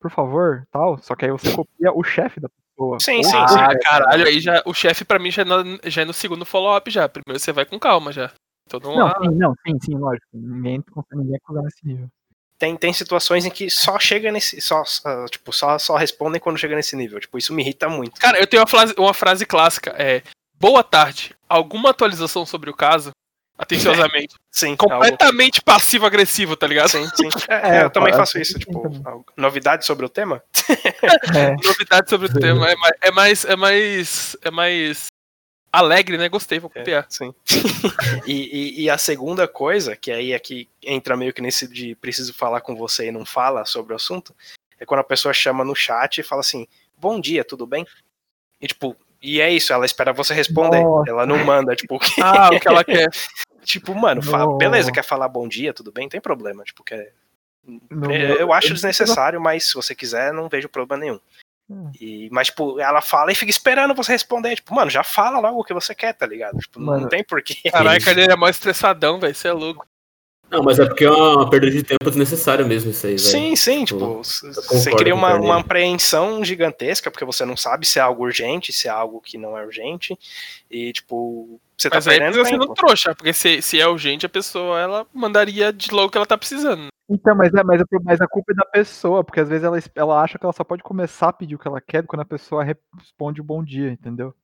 E: por favor, tal. Só que aí você copia o chefe da pessoa.
D: Sim,
E: Ou-
D: sim, sim.
C: Ah, caralho, aí já, o chefe pra mim já é, na- já é no segundo follow-up já. Primeiro você vai com calma já. Então não,
E: Não,
C: há-
E: sim, não, sim, sim, lógico. Ninguém consegue ninguém acusar nesse nível.
D: tem, tem situações em que só chega nesse. Só, só, tipo, só, só respondem quando chega nesse nível. Tipo, isso me irrita muito.
C: Cara, eu tenho uma frase, uma frase clássica, é Boa tarde, alguma atualização sobre o caso? Atenciosamente.
D: sim, é algo-
C: É, Completamente passivo-agressivo, tá ligado?
D: Sim, sim. É,
E: É,
D: eu também
E: eu
D: faço
E: acho
D: isso.
E: que
D: Tipo,
E: sim também.
D: algo- novidade sobre o tema?
E: É,
C: Novidade sobre o tema. É mais, é mais. É mais. É mais. Alegre, né? Gostei, vou copiar.
D: Sim. e, e- e a segunda coisa, que aí é que entra meio que nesse de preciso falar com você e não fala sobre o assunto, é quando a pessoa chama no chat e fala assim: bom dia, tudo bem? E tipo. E é isso, ela espera você responder.
E: Nossa.
D: Ela não manda, tipo,
C: Ah, o que ela quer.
D: tipo, mano, fala-
E: Nossa.
D: beleza, quer falar bom dia, tudo bem, não tem problema, tipo, quer
E: no
D: É,
E: meu-
D: eu acho desnecessário, mas se você quiser, não vejo problema nenhum.
E: Hum.
D: E, mas, tipo, ela fala e fica esperando você responder. Tipo, mano, já fala logo o que você quer, tá ligado? Tipo, não
E: Mano.
D: tem porquê.
C: Caraca, ele é mó estressadão, velho. Você é louco.
B: Não, mas é porque é uma perda de tempo desnecessária mesmo isso aí, velho.
D: Sim, sim,
B: Pô,
D: tipo, c-
B: concordo
D: você cria
B: com o
D: uma,
B: Carlinhos.
D: uma apreensão gigantesca, porque você não sabe se é algo urgente, se é algo que não é urgente. E, tipo, você
C: Mas
D: tá
C: aí precisa
D: perdendo
C: ser
D: tempo.
C: um trouxa, porque se, se é urgente, a pessoa ela mandaria de logo o que ela tá precisando.
E: Então, mas, é, mas, é pro- mas a culpa é da pessoa, porque às vezes ela, es- ela acha que ela só pode começar a pedir o que ela quer quando a pessoa responde o bom dia, entendeu?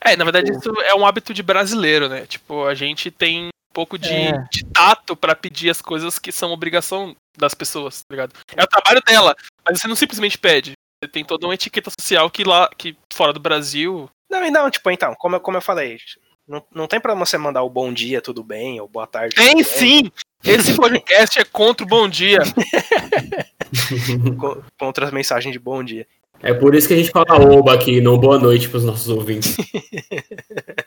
C: É, na verdade, isso é um hábito de brasileiro, né? Tipo, a gente tem um pouco de,
E: É.
C: de tato pra pedir as coisas que são obrigação das pessoas, tá ligado? É o trabalho dela, mas você não simplesmente pede. Você tem toda uma etiqueta social que lá, que fora do Brasil.
D: Não, e não, tipo, então, como eu, como eu falei, não, não tem problema você mandar o bom dia, tudo bem, ou boa tarde. tudo
C: Tem
D: bem.
C: sim! Esse podcast é contra o bom dia.
D: co- Contra as mensagens de bom dia.
B: É por isso que a gente fala oba aqui, não boa noite pros nossos ouvintes.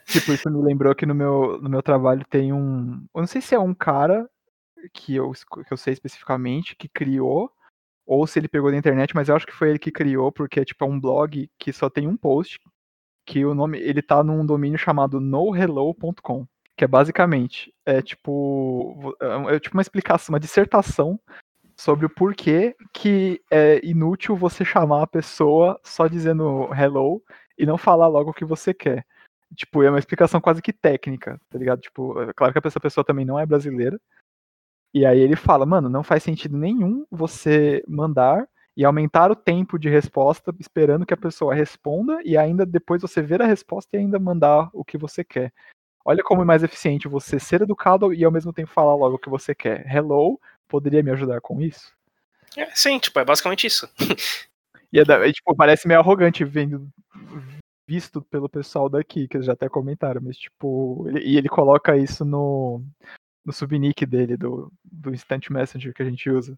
E: Tipo, isso me lembrou que no meu, no meu trabalho tem um. Eu não sei se é um cara que eu, esco- que eu sei especificamente que criou, ou se ele pegou da internet, mas eu acho que foi ele que criou, porque é tipo é um blog que só tem um post, que o nome. Ele tá num domínio chamado nohello.com. Que é basicamente, é tipo. vo- é um- É tipo uma explicação, uma dissertação sobre o porquê que é inútil você chamar a pessoa só dizendo hello e não falar logo o que você quer. Tipo, é uma explicação quase que técnica, tá ligado? Tipo, é claro que essa pessoa também não é brasileira, E aí ele fala, mano, não faz sentido nenhum você mandar e aumentar o tempo de resposta esperando que a pessoa responda e ainda depois você ver a resposta e ainda mandar o que você quer. Olha como é mais eficiente você ser educado e ao mesmo tempo falar logo o que você quer. Hello, poderia me ajudar com isso?
D: É, sim, tipo, é basicamente isso.
E: E é da- é, tipo, parece meio arrogante vendo visto pelo pessoal daqui, que eles já até comentaram, mas tipo, ele- e ele coloca isso no no subnick dele do do Instant Messenger que a gente usa.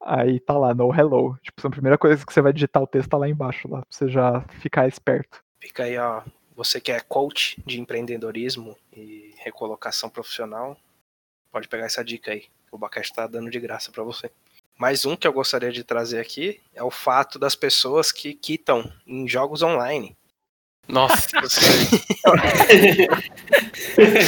E: Aí tá lá, no hello. Tipo, são a primeira coisa que você vai digitar o texto tá lá embaixo, lá, pra você já ficar esperto.
D: Fica aí, ó. Você que é coach de empreendedorismo e recolocação profissional, pode pegar essa dica aí. que O Bacash tá dando de graça pra você. Mais um que eu gostaria de trazer aqui é o fato das pessoas que quitam em jogos online.
C: Nossa,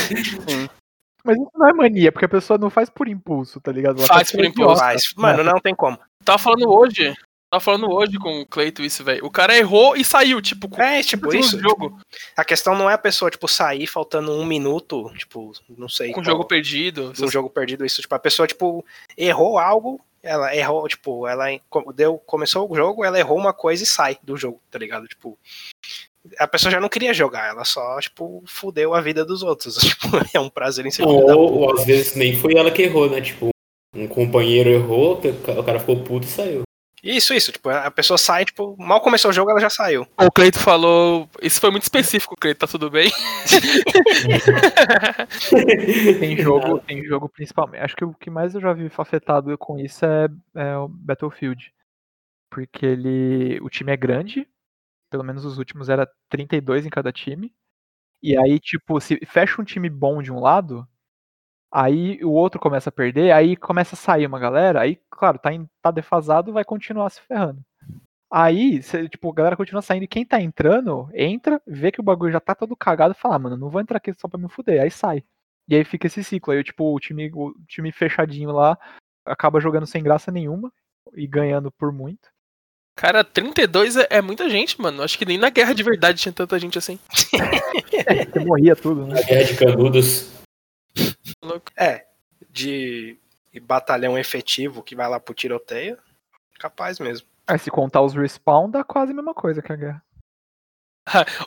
E: Mas isso não é mania, porque a pessoa não faz por impulso, tá ligado? Ela
C: Faz por impulso.
E: idiota.
D: Mas, ah, mano, não tem como.
C: tava Tá falando hoje. Tava falando hoje com o Cleito isso, velho. O cara errou e saiu, tipo, com
D: É, tipo
C: com o
D: isso.
C: jogo,
D: A questão não é a pessoa, tipo, sair faltando um minuto, tipo, não sei.
C: com o
D: qual-
C: jogo perdido.
D: um jogo perdido, isso, tipo, a pessoa, tipo, errou algo, ela errou, tipo, ela en- co- deu, começou o jogo, ela errou uma coisa e sai do jogo, tá ligado? Tipo, a pessoa já não queria jogar, ela só, tipo, fudeu a vida dos outros. Tipo, é um prazer em ser
B: Não,
D: filho da
B: ou, ou às vezes nem foi ela que errou, né? Tipo, um companheiro errou, o cara ficou puto e saiu.
D: Isso, isso, tipo, a pessoa sai, tipo, mal começou o jogo, ela já saiu.
C: O Cleito falou. Isso foi muito específico, Cleito, tá tudo bem?
E: Tem jogo, tem jogo principalmente. Acho que o que mais eu já vi afetado com isso é, é o Battlefield. Porque ele. O time é grande. Pelo menos os últimos era 32 em cada time. E aí, tipo, se fecha um time bom de um lado, aí o outro começa a perder, aí começa a sair uma galera, aí, claro, tá, em- tá defasado, vai continuar se ferrando. Aí, cê, tipo, a galera continua saindo e quem tá entrando, entra, vê que o bagulho já tá todo cagado e fala, ah, mano, não vou entrar aqui só pra me fuder, aí sai. E aí fica esse ciclo. Aí, tipo, o time, o time fechadinho lá acaba jogando sem graça nenhuma e ganhando por muito.
C: Cara, 32 é, é muita gente, mano. Acho que nem na guerra de verdade tinha tanta gente assim.
E: Porque morria tudo, né?
B: A guerra de canudos.
C: Louco.
D: De batalhão efetivo que vai lá pro tiroteio, capaz mesmo.
E: Aí se contar os respawn, dá quase a mesma coisa que a guerra.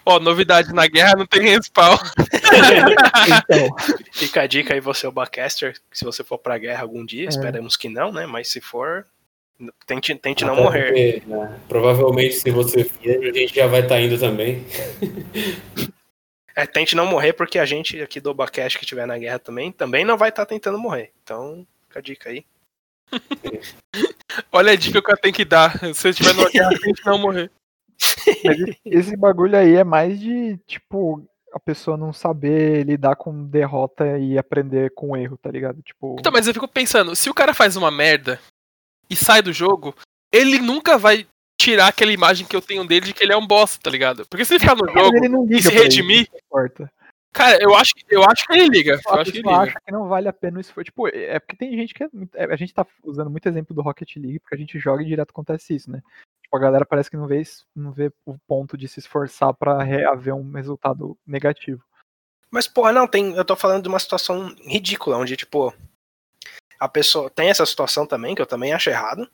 C: Ó, novidade na guerra não tem respawn.
E: Então,
D: Fica a dica aí, você, o Bacaster, que se você for pra guerra algum dia,
E: É.
D: esperemos que não, né? Mas se for, n- tente, tente não
B: Até
D: morrer.
B: porque, né, provavelmente, se você for, a gente já vai estar indo também.
D: É, tente não morrer, porque a gente aqui do Obacast que estiver na guerra também, também não vai estar tentando morrer. Então, fica a dica aí.
C: Olha a dica que eu tenho que dar. Se você estiver numa guerra, tente não morrer.
E: mas esse- esse bagulho aí é mais de, tipo, a pessoa não saber lidar com derrota e aprender com erro, tá ligado? Tipo,
C: Então, mas eu fico pensando, se o cara faz uma merda e sai do jogo, ele nunca vai tirar aquela imagem que eu tenho dele de que ele é um bosta, tá ligado? Porque se ele ficar no
E: mas
C: jogo,
E: ele não
C: e
E: liga
C: se
E: pra isso,
C: redimir?
E: não importa.
C: cara, eu acho, que- eu acho que ele liga. Eu
E: a
C: acho que ele
E: pessoa
C: liga.
E: acha que não vale a pena o esforço. Tipo, é é porque tem gente que é muito- é- A gente tá usando muito exemplo do Rocket League, porque a gente joga e direto acontece isso, né? Tipo, a galera parece que não vê, es- não vê o ponto de se esforçar pra reaver um resultado negativo.
D: Mas, porra, não, tem. Eu tô falando de uma situação ridícula, onde, tipo, a pessoa. Tem essa situação também, que eu também acho errado.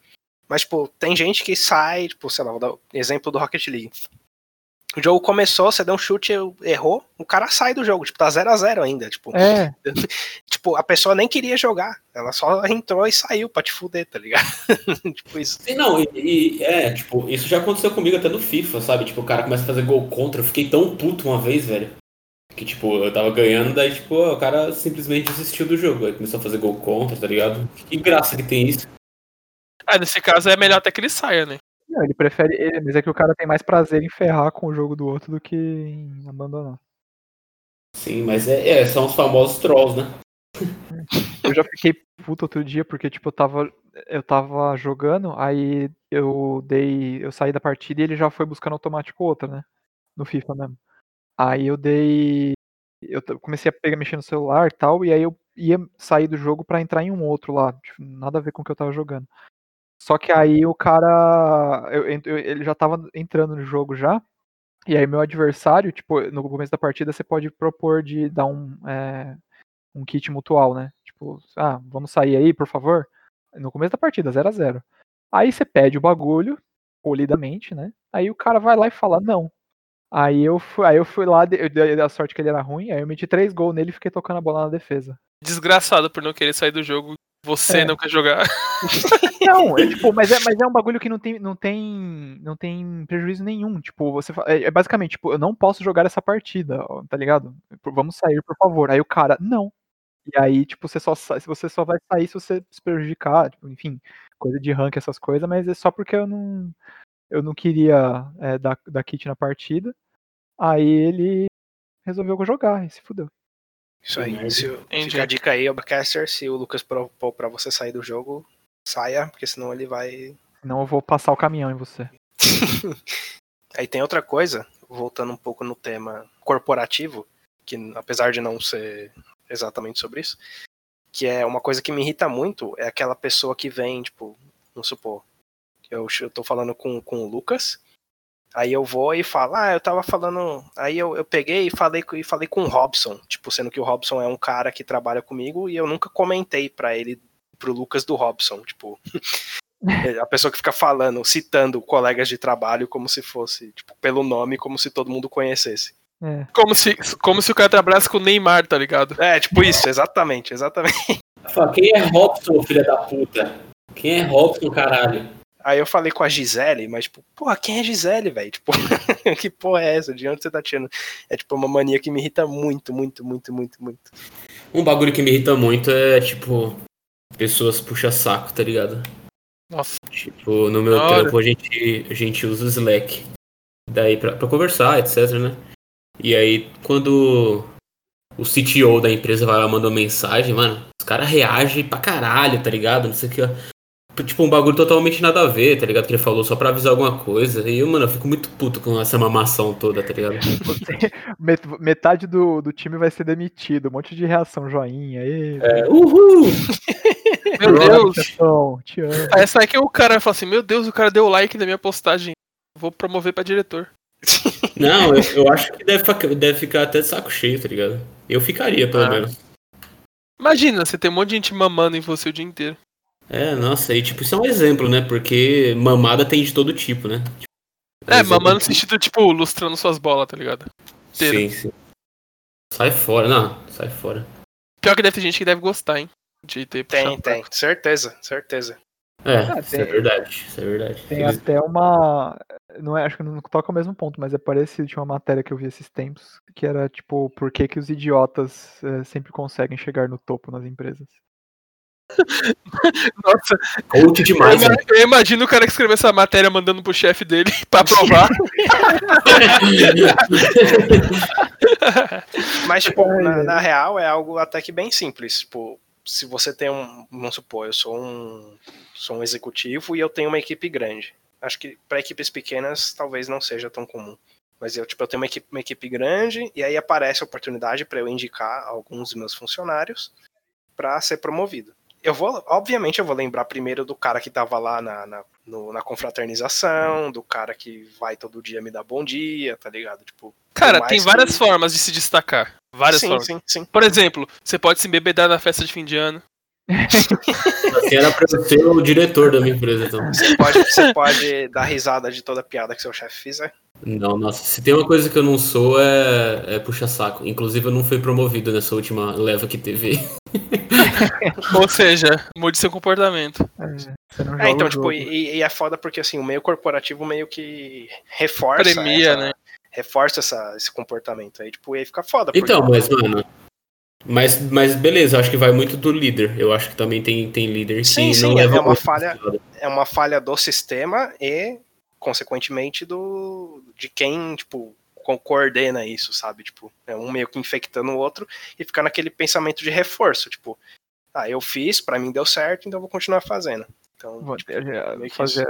D: Mas, tipo, tem gente que sai, tipo, sei lá, vou dar o exemplo do Rocket League. O jogo começou, você deu um chute, errou, o cara sai do jogo, tipo, tá 0 a 0 ainda, tipo.
E: É,
D: Tipo, a pessoa nem queria jogar. Ela só entrou e saiu pra te fuder, tá ligado? tipo isso.
B: Sim, não, e, e, é, tipo, isso já aconteceu comigo até no FIFA, sabe? Tipo, o cara começa a fazer gol contra, eu fiquei tão puto uma vez, velho. Que, tipo, eu tava ganhando, daí, tipo, o cara simplesmente desistiu do jogo. Aí começou a fazer gol contra, tá ligado? Que graça que tem isso.
C: Ah, nesse caso é melhor até que ele saia, né?
E: não, ele prefere. Ele, mas é que o cara tem mais prazer em ferrar com o jogo do outro do que em abandonar.
B: Sim, mas é, é, são os famosos trolls, né?
E: Eu já fiquei puto outro dia, porque, tipo, eu tava. Eu tava jogando, aí eu dei. Eu saí da partida e ele já foi buscando automático outra, né? No FIFA mesmo. Aí eu dei. Eu t- comecei a pegar, mexer no celular e tal, e aí eu ia sair do jogo pra entrar em um outro lá. tipo, nada a ver com o que eu tava jogando. Só que aí o cara. eu en- eu- ele já tava entrando no jogo já. E aí meu adversário, tipo, no começo da partida você pode propor de dar um, é, um kit mutual, né? Tipo, tipo, ah, vamos sair aí, por favor. No começo da partida, 0 a 0 Aí você pede o bagulho, polidamente, né? Aí o cara vai lá e fala, não. Aí eu fui, aí eu fui lá, de- eu dei a sorte que ele era ruim, aí eu meti três gols nele e fiquei tocando a bola na defesa.
C: Desgraçado por não querer sair do jogo. Você
E: É.
C: não quer jogar.
E: Não, é, tipo, mas é, mas é um bagulho que não tem, não tem, não tem prejuízo nenhum. Tipo, você fa- é, é basicamente, tipo, eu não posso jogar essa partida, ó, tá ligado? Vamos sair, por favor. Aí o cara, não. E aí, tipo, você só sai, se você só vai sair se você se prejudicar, tipo, enfim, coisa de rank, essas coisas, mas é só porque eu não, eu não queria é, dar, dar kit na partida. Aí ele resolveu jogar e se fudeu.
D: Isso aí.
B: Entendi.
D: Se, o-
C: Entendi.
D: fica a dica aí, Obacaster, se o Lucas propor pra você sair do jogo, saia, porque senão ele vai
E: Senão eu vou passar o caminhão em você.
D: Aí tem outra coisa, voltando um pouco no tema corporativo, que apesar de não ser exatamente sobre isso, que é uma coisa que me irrita muito, é aquela pessoa que vem, tipo, vamos supor, eu, che- eu tô falando com, com o Lucas, aí eu vou e falo, ah, eu tava falando, aí eu, eu peguei e falei, com- e falei com o Robson, tipo, sendo que o Robson é um cara que trabalha comigo e eu nunca comentei pra ele, pro Lucas do Robson, tipo, é, a pessoa que fica falando, citando colegas de trabalho como se fosse, tipo, pelo nome, como se todo mundo conhecesse.
E: É.
C: Como se, como se o cara trabalhasse com o Neymar, tá ligado?
D: É, tipo isso, exatamente, exatamente.
B: Fala, quem é Robson, filha da puta? Quem é Robson, caralho?
D: Aí eu falei com a Gisele, mas tipo, porra, quem é Gisele, velho? Tipo, que porra é essa? De onde você tá tirando? É tipo uma mania que me irrita muito, muito, muito, muito, muito.
B: Um bagulho que me irrita muito é, tipo, pessoas puxa saco, tá ligado?
C: Nossa.
B: Tipo, no meu
C: Da hora.
B: trampo a gente, a gente usa o Slack. Daí pra, pra conversar, etc, né? E aí, quando o CTO da empresa vai lá mandou mensagem, mano, os caras reagem pra caralho, tá ligado? Não sei o que, ó. Tipo, um bagulho totalmente nada a ver, tá ligado? Que ele falou só pra avisar alguma coisa. E eu, mano, eu fico muito puto com essa mamação toda, tá ligado?
E: Met- Metade do, do time vai ser demitido, um monte de reação, joinha, e
B: É, uhul!
C: Meu Deus.
E: te amo.
C: Essa aqui é o cara fala assim: Meu Deus, o cara deu like na minha postagem. Vou promover pra diretor.
B: Não, eu, eu acho que deve, fa- deve ficar até de saco cheio, tá ligado? Eu ficaria, pelo
D: Ah.
B: menos.
C: Imagina, você tem um monte de gente mamando em você o dia inteiro.
B: É, nossa, e tipo, isso é um exemplo, né? Porque mamada tem de todo tipo, né? Tipo,
C: É,
B: exemplo-
C: mamando no sentido, tipo, lustrando suas bolas, tá ligado?
B: Sim, sim. Sai fora, não, sai fora.
C: Pior que deve ter gente que deve gostar, hein? De ter
D: Tem,
C: puxado-
D: tem, certeza, certeza.
B: É,
E: Ah,
B: isso é
E: tem-
B: verdade, isso é verdade.
E: Tem até uma. Não é, acho que não toca o mesmo ponto, mas é parecido. Tinha uma matéria que eu vi esses tempos que era tipo, por que, que os idiotas eh, sempre conseguem chegar no topo nas empresas?
C: Nossa,
B: Coach
C: eu,
B: demais, né?
C: ima- eu imagino o cara que escreveu essa matéria mandando pro chefe dele pra aprovar.
D: Mas, tipo, na, na real é algo até que bem simples. Tipo, se você tem um. Vamos supor, eu sou um. Sou um executivo e eu tenho uma equipe grande. Acho que para equipes pequenas talvez não seja tão comum. Mas eu, tipo, eu tenho uma equipe, uma equipe grande e aí aparece a oportunidade para eu indicar alguns dos meus funcionários para ser promovido. Eu vou, obviamente, eu vou lembrar primeiro do cara que tava lá na, na, no- na confraternização, do cara que vai todo dia me dar bom dia, tá ligado? Tipo,
C: Cara,
D: mais
C: tem
D: que-
C: várias formas de se destacar. Várias
D: sim,
C: formas.
D: sim, sim.
C: Por exemplo, você pode se embebedar na festa de fim de ano.
B: Assim era pra eu ser o diretor da minha empresa, então.
D: Você pode, você pode dar risada de toda piada que seu chefe fizer.
B: Não, nossa, se tem uma coisa que eu não sou é, é puxa saco. Inclusive, eu não fui promovido nessa última leva que teve.
C: Ou seja, mude seu comportamento.
E: É, você não
D: É,
E: joga
D: então,
E: o
D: tipo,
E: jogo.
D: e, e é foda porque assim, o meio corporativo meio que reforça.
C: Premia,
D: essa-
C: né?
D: Reforça essa- esse comportamento aí, tipo, e aí fica foda. porque-
B: Então, mas, mano. Mas, mas beleza, acho que vai muito do líder. Eu acho que também tem, tem líder que
D: Sim,
B: não
D: sim,
B: leva
D: é uma
B: muito
D: falha-
B: esse lado.
D: É uma falha do sistema e, consequentemente, do de quem, tipo, co- coordena isso, sabe? Tipo, é um meio que infectando o outro e ficar naquele pensamento de reforço, tipo, ah, eu fiz, pra mim deu certo, então eu vou continuar fazendo. Então,
E: Vou
D: tipo,
E: ter- eh,
D: meio que isso.
E: fazer,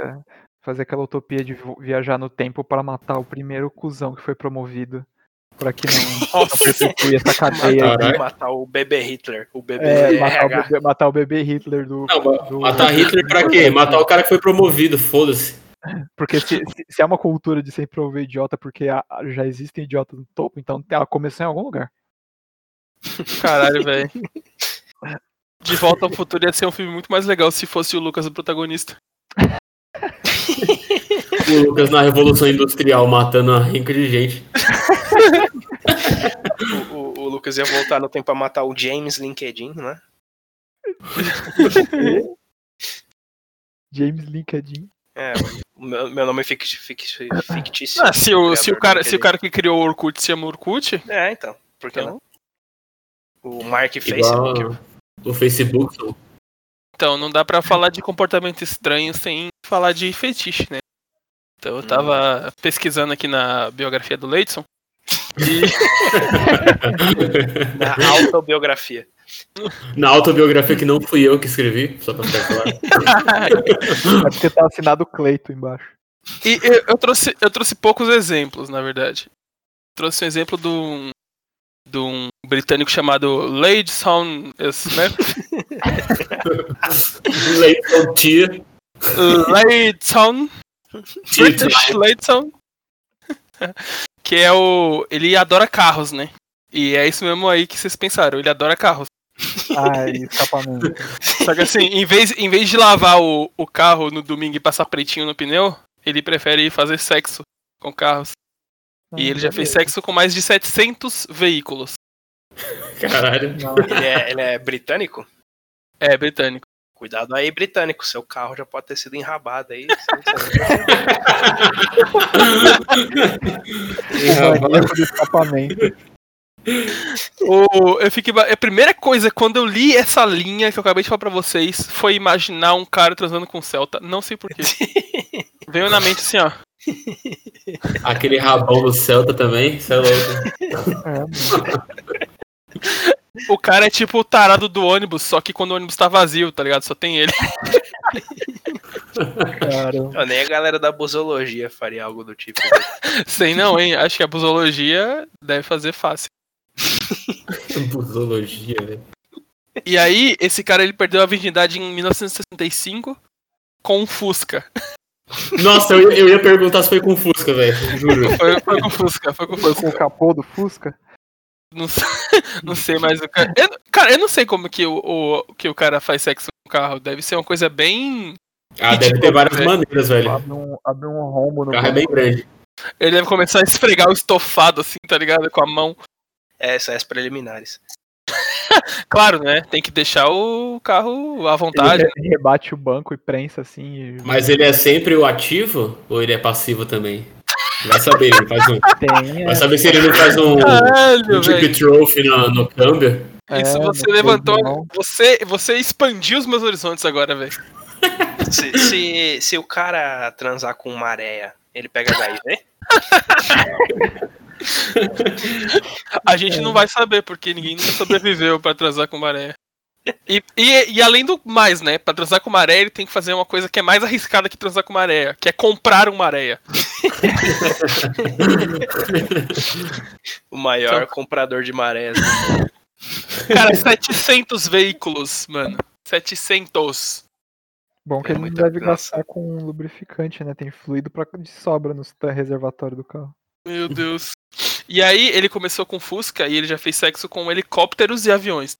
E: fazer aquela utopia de vo- viajar no tempo para matar o primeiro cuzão que foi promovido. Pra que não, não perpetue essa
C: Ah,
E: cadeia.
B: Caralho.
E: de-
D: matar, matar o bebê Hitler, o bebê
E: é, matar, o
D: RH.
E: bebê, matar o bebê Hitler do.
B: Não, ma-
E: do-
B: matar Hitler pra quê? Matar o cara que foi promovido, foda-se.
E: Porque se, se, se é uma cultura de sempre promover idiota, porque a- a- já existem idiotas no tá, topo, então ela começou em algum lugar.
C: Caralho, velho. De Volta ao Futuro ia ser um filme muito mais legal se fosse o Lucas o protagonista.
B: O Lucas na Revolução Industrial matando a rinca de gente.
D: O, o- o Lucas ia voltar no tempo pra matar o James LinkedIn, né?
E: James LinkedIn.
D: É, o meu, meu nome é fict- fict- fictício.
C: Ah, se, o, se, o
D: Criador
C: cara,
D: do
C: se o cara que criou o Orkut se chama Orkut,
D: LinkedIn. É, então. Por que
C: Então.
D: não? O Mark Facebook.
B: Igual o Facebook.
C: então não dá pra falar de comportamento estranho sem falar de fetiche, né? Então eu tava pesquisando aqui na biografia do Leidson. E
D: Na autobiografia.
B: Na autobiografia que não fui eu que escrevi, só pra ficar claro.
E: É porque tá assinado Cleito embaixo.
C: E eu, eu trouxe, eu trouxe poucos exemplos, na verdade. Trouxe um exemplo de um, de um britânico chamado Leidson é Smith.
B: Leiton Tia.
C: Leidson. British Leidson. Que é o. Ele adora carros, né? E é isso mesmo aí que vocês pensaram, ele adora carros.
E: Ah, e escapamento.
C: Só que assim, em vez, em vez de lavar o, o carro no domingo e passar pretinho no pneu, ele prefere fazer sexo com carros.
E: Ah,
C: E ele já fez sexo com mais de 700 veículos.
B: Caralho.
D: Ele é, ele é britânico?
C: É, britânico.
D: Cuidado aí, britânico. Seu carro já pode ter sido enrabado aí.
E: O maníaco do escapamento.
C: O- eu fiquei. ba- A primeira coisa, quando eu li essa linha que eu acabei de falar pra vocês, foi imaginar um cara transando com um Celta. Não sei porquê. Veio na mente assim, ó.
B: Aquele rabão do Celta também, cê é louco.
E: É, mano.
C: O cara é tipo o tarado do ônibus, só que quando o ônibus tá vazio, tá ligado? Só tem ele.
E: Cara,
D: Eu nem a galera da busologia faria algo do tipo. né?
C: Sei não, hein? Acho que a busologia deve fazer fácil.
B: Busologia, velho.
C: E aí, esse cara ele perdeu a virgindade em 1965 com um Fusca.
B: Nossa, eu, eu ia perguntar se foi com Fusca, velho. Juro.
C: Foi, foi com Fusca, foi com Fusca.
E: com o capô do Fusca?
C: Não, sei- não sei mais o cara. Eu, cara, eu não sei como que o, o- que o cara faz sexo com o carro. Deve ser uma coisa bem.
B: Ah, deve ter várias maneiras, velho.
E: Abre um, abre um rombo
B: O
E: no
B: carro é bem grande.
C: Ele deve começar a esfregar o estofado, assim, tá ligado? Com a mão.
D: É, são as preliminares.
C: Claro, né? Tem que deixar o carro à vontade.
E: Ele re- rebate o banco e prensa assim. E
B: Mas ele é sempre o ativo ou ele é passivo também? Vai saber, ele faz um.
E: tem.
B: Vai saber se ele não faz um, um
C: Caralho, velho.
B: tip trophy no, no câmbio.
E: é,
C: Isso você levantou. Você, você expandiu os meus horizontes agora, velho.
D: Se, se, se o cara transar com maréia, ele pega HIV?
C: A gente não vai saber, porque ninguém nunca sobreviveu pra transar com maré. E, e, e além do mais, né? Pra transar com maré, ele tem que fazer uma coisa que é mais arriscada que transar com maré, que é comprar uma areia.
D: O maior
C: Então-
D: comprador de maréias.
C: Cara, 700 veículos, mano. 700.
E: Bom que
D: É
E: ele não
D: muita
E: deve
D: trança.
E: gastar com um lubrificante, né? Tem fluido pra, de sobra no sta- reservatório do carro.
C: Meu Deus. E aí, ele começou com Fusca e ele já fez sexo com helicópteros e aviões.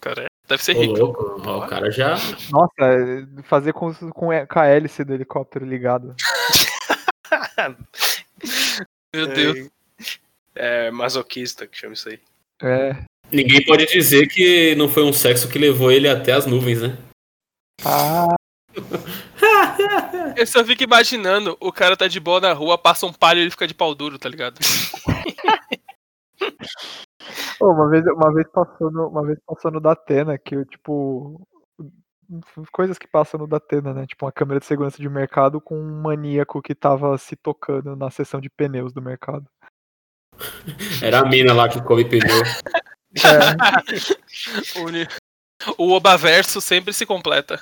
C: Cara, deve ser
B: Ô,
C: rico.
B: louco, ó, o cara já.
E: Nossa, é, fazer com, os- com, a- com a hélice do helicóptero ligado.
C: Meu Deus.
D: né? É, masoquista que chama isso aí.
E: É.
B: Ninguém pode dizer que não foi um sexo que levou ele até as nuvens, né?
E: Ah,
C: Eu só fico imaginando, o cara tá de boa na rua, passa um palho e ele fica de pau duro, tá ligado?
E: ô, uma vez, uma vez passou no, uma vez passou no Datena, que eu, tipo. Coisas que passam no Datena, né? Tipo, uma câmera de segurança de mercado com um maníaco que tava se tocando na seção de pneus do mercado.
B: Era a mina lá que come pneu.
E: É,
C: O uni- O Obaverso sempre se completa.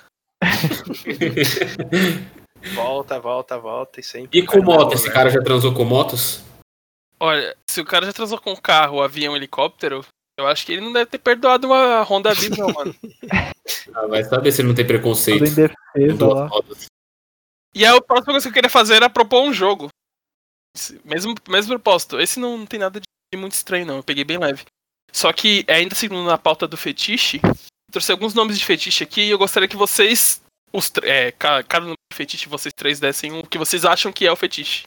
D: Volta, volta, volta e sempre. né?
B: E com moto? Esse cara já transou com motos?
C: Olha, se o cara já transou com um carro, avião, helicóptero, eu acho que ele não deve ter perdoado uma Honda Beat, não, mano.
B: Ah, vai saber se ele não tem
E: tudo em
B: preconceito. com
E: defesa
B: duas
E: lá.
B: rodas.
C: E aí, a próxima coisa que eu queria fazer era propor um jogo. Esse- Mesmo, mesmo propósito. Esse não, não tem nada de muito estranho, não. Eu peguei bem leve. Só que, ainda seguindo na pauta do fetiche, trouxe alguns nomes de fetiche aqui e eu gostaria que vocês, os, tr- é, ca- cada nome de fetiche, vocês três dessem um que vocês acham que é o fetiche.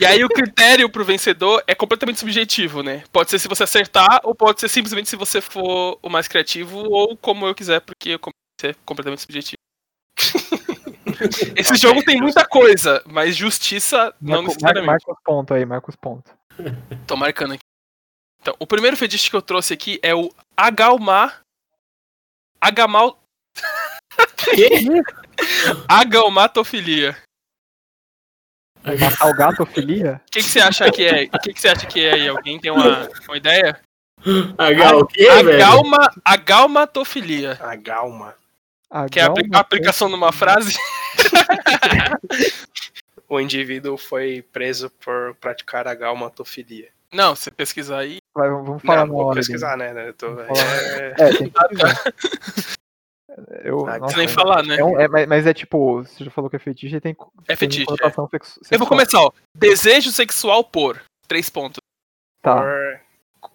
C: e aí o critério pro vencedor é completamente subjetivo, né? Pode ser se você acertar, ou pode ser simplesmente se você for o mais criativo, ou como eu quiser, porque eu comecei a ser completamente subjetivo. Esse
D: Ok,
C: jogo tem
D: justo.
C: muita coisa, mas justiça não
E: Marco-
C: necessariamente.
E: marca os pontos aí, marca os pontos.
C: Tô marcando aqui. Então, o primeiro fetiche que eu trouxe aqui é o Agalmar. Agamal. Agalmatofilia.
E: Matar o gato, filia?
C: O que, que você acha que é? O que, que você acha que é aí? Alguém tem uma, uma ideia?
B: Agal, Ah, o quê, velho?
C: Agalma, agalmatofilia.
D: A Galma.
E: A
C: Que é a
E: galma-
C: apli- a aplicação numa frase.
D: O indivíduo foi preso por praticar a galmatofilia.
C: Não, você pesquisar aí.
E: Vai, vamos falar
D: Não,
E: na
D: vou
E: ordem.
D: pesquisar, né? Eu tô-
E: Vamos falar.
D: é,
E: É, tem que pesquisar. Eu,
D: Ah, que
E: nossa,
C: Você nem falar, né?
E: é um- é, mas, mas é tipo, você já falou que é fetiche, tem co-
C: É fetiche,
E: Tem conotação sexu-
C: Eu
E: sexual.
C: vou começar, ó. Desejo sexual por. Três pontos. Ah.
E: Tá.
D: por-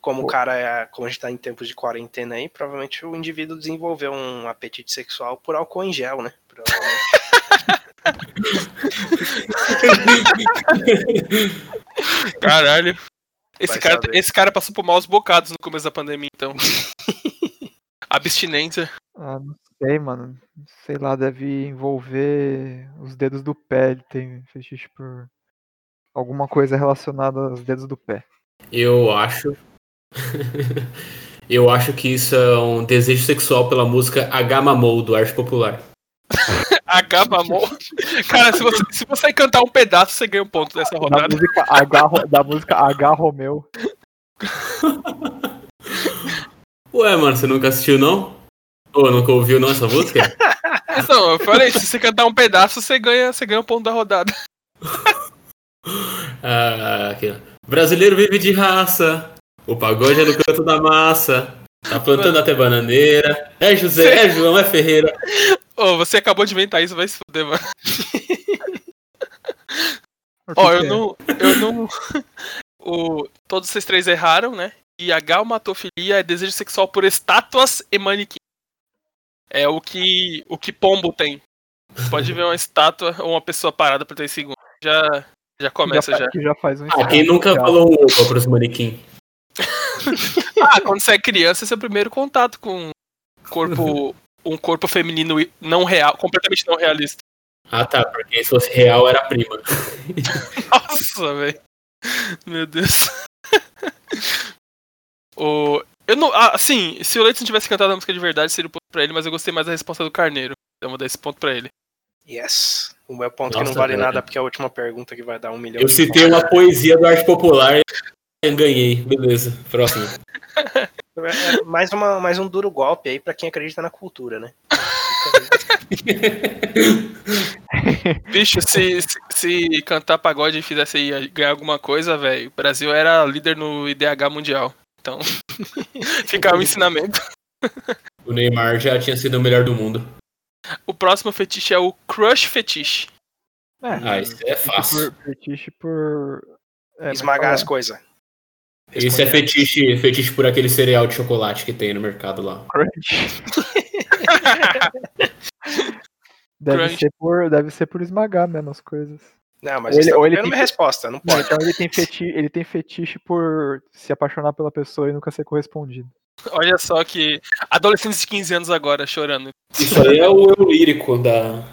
D: como o cara é, como a gente tá em tempos de quarentena aí, provavelmente o indivíduo desenvolveu um apetite sexual por álcool em gel, né? Provavelmente.
C: Caralho. Esse
D: Vai
C: cara,
D: saber.
C: esse cara passou por maus bocados no começo da pandemia, então. Abstinência.
E: Ah, não sei, mano. Sei lá, deve envolver os dedos do pé. Ele tem fetiche por alguma coisa relacionada aos dedos do pé.
B: Eu acho. Eu acho que isso é um desejo sexual pela música Agamamou do Arte Popular.
C: Agamamon. Cara, se você, se você cantar um pedaço, você ganha um ponto nessa
E: Da
C: rodada.
E: música H, Ro- da música H Romeu.
B: Ué, mano, você nunca assistiu, não? Ou nunca ouviu, não, essa música?
C: Não, eu falei, se você cantar um pedaço, você ganha, você ganha um ponto da rodada.
B: Ah, aqui, ó. Brasileiro vive de raça, o pagode é no canto da massa, tá plantando até bananeira, é José, é João, é Ferreira.
C: Ô, você acabou de inventar isso, vai se fuder, mano.
E: O que
C: Ó,
E: que
C: eu
E: é?
C: não. Eu não. O, todos vocês três erraram, né? E a galmatofilia é desejo sexual por estátuas e manequins. É o que. o que pombo tem. Pode ver uma estátua ou uma pessoa parada por 3 segundos. Já, já começa já.
E: fa- que já faz um
B: Ah, quem nunca
E: já.
B: falou um opa pros manequim?
C: Ah, quando você é criança, esse é o primeiro contato com um corpo, um corpo feminino não real, completamente não realista.
B: Ah, tá, porque se fosse real era a prima.
C: Nossa, velho. Meu Deus. o, eu não, ah, assim, se o Leite não tivesse cantado a música de verdade, seria um ponto pra ele, mas eu gostei mais da resposta do Carneiro. Então vou dar esse ponto pra ele.
D: Yes. O meu ponto que não
B: Nossa,
D: vale
B: velho.
D: nada, porque é a última pergunta que vai dar um milhão
B: Eu
D: de
B: citei
D: pontos.
B: uma poesia do Arte Popular e ganhei. Beleza, próximo.
D: É mais, uma, mais um duro golpe aí pra quem acredita na cultura, né?
C: Bicho, se, se, se cantar pagode e fizesse aí eh, ganhar alguma coisa, velho, o Brasil era líder no IDH mundial. Então, fica o ensinamento.
B: O Neymar já tinha sido o melhor do mundo.
C: O próximo fetiche é o crush fetiche.
E: É,
B: Ah, isso é fácil.
E: por, fetiche por. é, mas
D: Esmagar
E: fala-
D: as coisas.
B: Isso é fetiche, fetiche por aquele cereal de chocolate que tem no mercado lá.
E: Crunch. deve,
C: Crunch.
E: Ser por, deve ser por esmagar mesmo as coisas.
D: Não, mas
E: Ou
D: ele,
E: ele-
D: está
E: ou ele
D: pegando
E: tem
D: minha resposta, não
E: Não,
D: pode.
E: então ele tem, fetiche, ele tem fetiche por se apaixonar pela pessoa e nunca ser correspondido.
C: Olha só que adolescentes de 15 anos agora chorando.
B: Isso aí é o eu lírico da,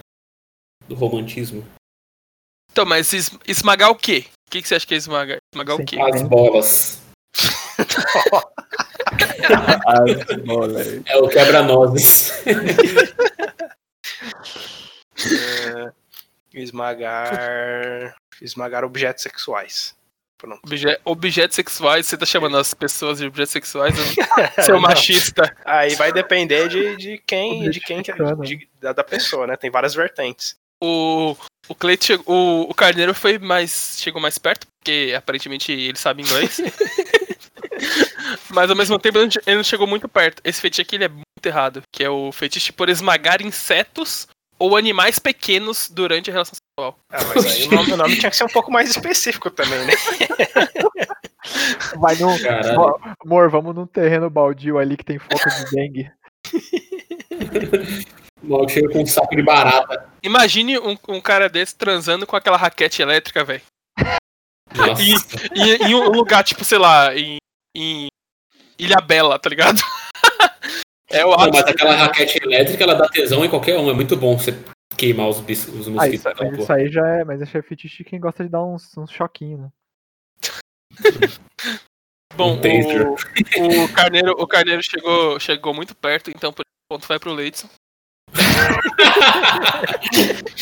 B: do romantismo.
C: Então, mas es- esmagar o quê? O que, que você acha que é esmagar? Esmagar
E: Sim.
C: o quê?
B: As bolas. É o quebra-nozes.
D: É, esmagar. Esmagar objetos sexuais. Pronto.
C: Obje- objetos sexuais, você tá chamando as pessoas de objetos sexuais, né? seu
D: Não.
C: machista.
D: Aí vai depender de, de quem, de quem que-
E: Objetificando.
D: de- da, da pessoa, né? Tem várias vertentes.
C: O, o Cleiton chegou- o, o Carneiro foi mais. chegou mais perto, porque aparentemente ele sabe inglês. Mas ao mesmo tempo ele não che- ele não chegou muito perto. Esse fetiche aqui ele é muito errado, que é o fetiche por esmagar insetos ou animais pequenos durante a relação
D: Ah, mas aí o nome, o nome tinha que ser um pouco mais específico também, né?
E: Vai num.
B: Caralho.
E: Ó, Amor, vamos num terreno baldio ali que tem foco de dengue.
B: O maluco chega com um saco de barata.
C: Imagine um, um cara desse transando com aquela raquete elétrica, velho.
B: Nossa.
C: E, e- em um lugar, tipo, sei lá, em, em Ilha Bela, tá ligado? É o
B: Não, mas
C: ápice.
B: aquela raquete elétrica, ela dá tesão em qualquer um. É muito bom você queimar os, bis- os
E: Ah,
B: mosquitos.
E: isso,
B: daquela
E: mas isso
B: porra.
E: aí já é. Mas esse é fetiche quem gosta de dar uns, uns choquinhos, né?
C: Bom,
B: Um taser.
C: o, o carneiro, o carneiro chegou, chegou muito perto, então por esse ponto vai pro Leidson.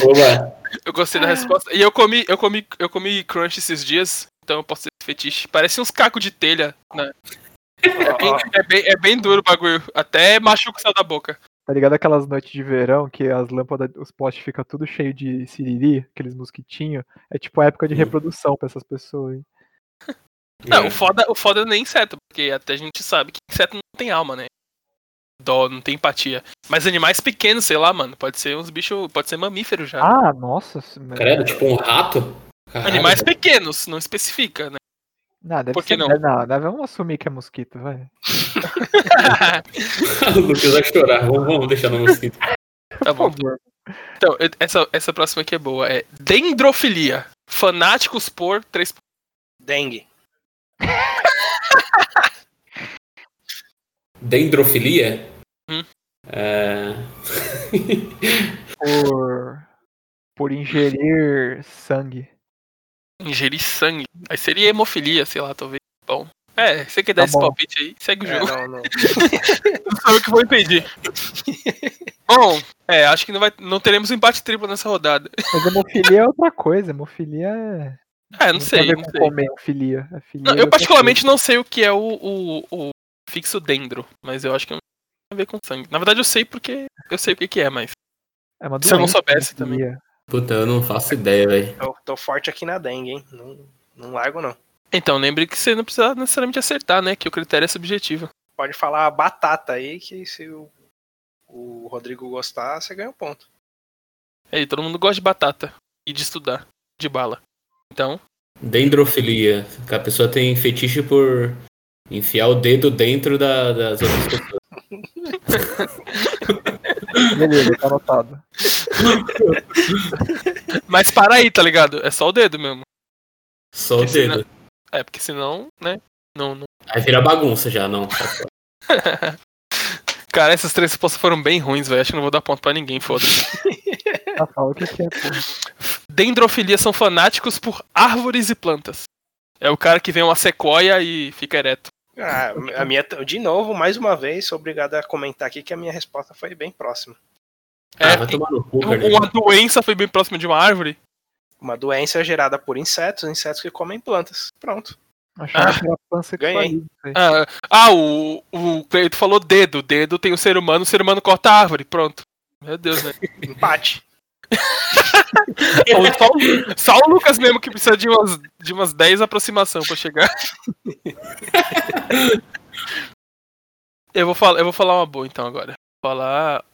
B: Oba,
C: Eu gostei da resposta. E eu comi, eu comi, eu comi crunch esses dias, então eu posso ter esse fetiche. Parece uns cacos de telha, né?
D: Ah.
C: É bem, é bem- é bem duro o bagulho. Até machuca o céu da boca.
E: Tá ligado aquelas noites de verão que as lâmpadas, os postes ficam tudo cheio de siriri, aqueles mosquitinhos? É tipo a época de
B: Hum.
E: reprodução pra essas pessoas. hein?
C: Não,
B: É.
C: o foda, o foda não é inseto, porque até a gente sabe que inseto não tem alma, né? Dó, não tem empatia. Mas animais pequenos, sei lá, mano. Pode ser uns bichos. Pode ser mamífero já.
E: Ah, é. nossa. se- mas- é
B: Credo, tipo um rato? Caralho.
C: Animais pequenos, não especifica, né?
E: Não, deve
C: por que
E: ser-
C: não?
E: é, Não, não, vamos assumir que é mosquito, vai.
B: o Lucas vai chorar. Vamos, vamos deixar no mosquito.
C: Tá bom. Então, eu- essa, essa próxima aqui é boa. É dendrofilia. Fanáticos por três
D: Dengue.
B: Dendrofilia?
C: Hum.
B: É...
E: Por. Por ingerir sangue.
C: ingerir sangue. Aí seria hemofilia, sei lá, talvez. Bom. É, você quer dar
E: Tá
C: esse
E: bom.
C: palpite aí, segue o
D: É,
C: jogo.
D: não, não.
C: Não sou eu que vou impedir. bom, é, acho que não, vai, não teremos empate triplo nessa rodada.
E: Mas hemofilia é outra coisa. Hemofilia é.
C: Ah, eu não
E: tem
C: sei,
E: a ver
C: não
E: com
C: sei.
E: comer, filia. É filia
C: Não,
E: de outra
C: eu particularmente não sei o que é o, o- o fixo dendro, mas eu acho que não tem a ver com sangue. Na verdade eu sei porque eu sei o que, que é, mas.
E: coisa. É uma
C: se eu não
E: doença,
C: soubesse também.
E: hemofilia.
B: Puta, eu não faço ideia, velho.
D: Tô, tô forte aqui na dengue, hein? Não, não largo, não.
C: Então, lembre que você não precisa necessariamente acertar, né? Que o critério é subjetivo.
D: Pode falar batata aí, que se o, o Rodrigo gostar, você ganha um ponto.
C: Aí, É todo mundo gosta de batata e de estudar, de bala. Então,
B: Dendrofilia. Que a pessoa tem fetiche por enfiar o dedo dentro da, das outras pessoas.
E: Beleza, tá anotado.
C: mas para aí, tá ligado? É só o dedo mesmo.
B: Só o
C: Que se não-
B: dedo.
C: É, porque senão, né? Não, não.
B: Aí vira bagunça já, não.
C: Cara, essas três respostas foram bem ruins, velho. Acho que não vou dar ponto pra ninguém, foda-se.
E: Ah, fala o que, que é, pô.
C: Dendrofilia são fanáticos por árvores e plantas. É o cara que vê uma sequoia e fica ereto.
D: Ah, a minha, de novo, mais uma vez, sou obrigado a comentar aqui que a minha resposta foi bem próxima.
C: É, um
B: Ah, vai tomar no cu, cara.
C: uma doença foi bem próxima de uma árvore.
D: Uma doença gerada por insetos, insetos que comem plantas. Pronto.
E: Achava que era
D: ganhei.
E: pansexualismo. isso aí.
C: Ah, ah, o, o Cleito falou dedo. Dedo tem o ser humano, o ser humano corta a árvore. Pronto. Meu Deus, né?
D: Empate.
C: Só, o- só o Lucas mesmo que precisa de umas, de umas 10 aproximações pra chegar. eu, vou falar, eu vou falar uma boa então agora. Vou falar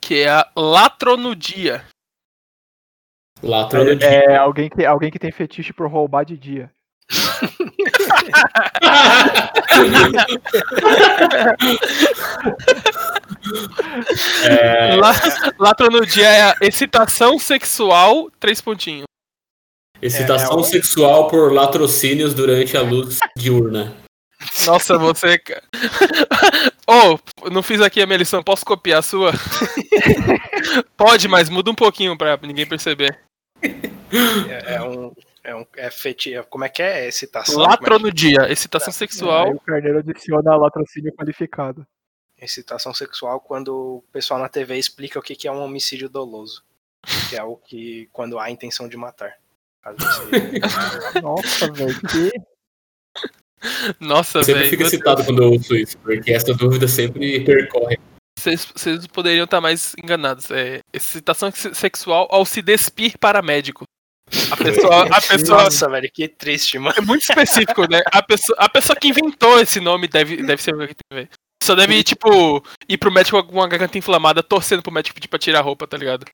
C: que é a latronudia.
B: Lá, trono de...
E: É alguém que, alguém que tem fetiche por roubar de dia.
C: La, latronudia é a excitação sexual, três pontinhos.
B: Excitação
D: É,
C: um-
D: é o-
B: sexual por latrocínios durante a luz diurna.
C: Nossa, você. ca- oh, não fiz aqui a minha lição, posso copiar a sua? Pode, mas muda um pouquinho pra ninguém perceber.
D: É, é um. É um. É feti... é- Como é que é? É excitação? Como é que-
C: Latronudia, excitação
B: Tá.
E: Aí
C: sexual.
E: o carneiro adiciona latrocínio qualificado.
D: é? excitação sexual quando o pessoal na TV explica o que que é um homicídio doloso. Que é o que quando há a intenção de matar. Caso você-
E: Nossa, velho, que.
C: Nossa,
B: Eu sempre
C: velho.
B: fico
C: meu
B: excitado quando eu ouço isso, porque essa dúvida sempre percorre.
C: Vocês vocês poderiam estar mais enganados. É, excitação se- sexual ao se despir para médico. A pessoa, a pessoa
D: Nossa, velho, que triste, mano.
C: é muito específico, né? A pessoa, a pessoa que inventou esse nome deve, deve ser. deve- Só deve, tipo, ir pro médico com uma garganta inflamada, torcendo pro médico pedir pra tirar a roupa, tá ligado?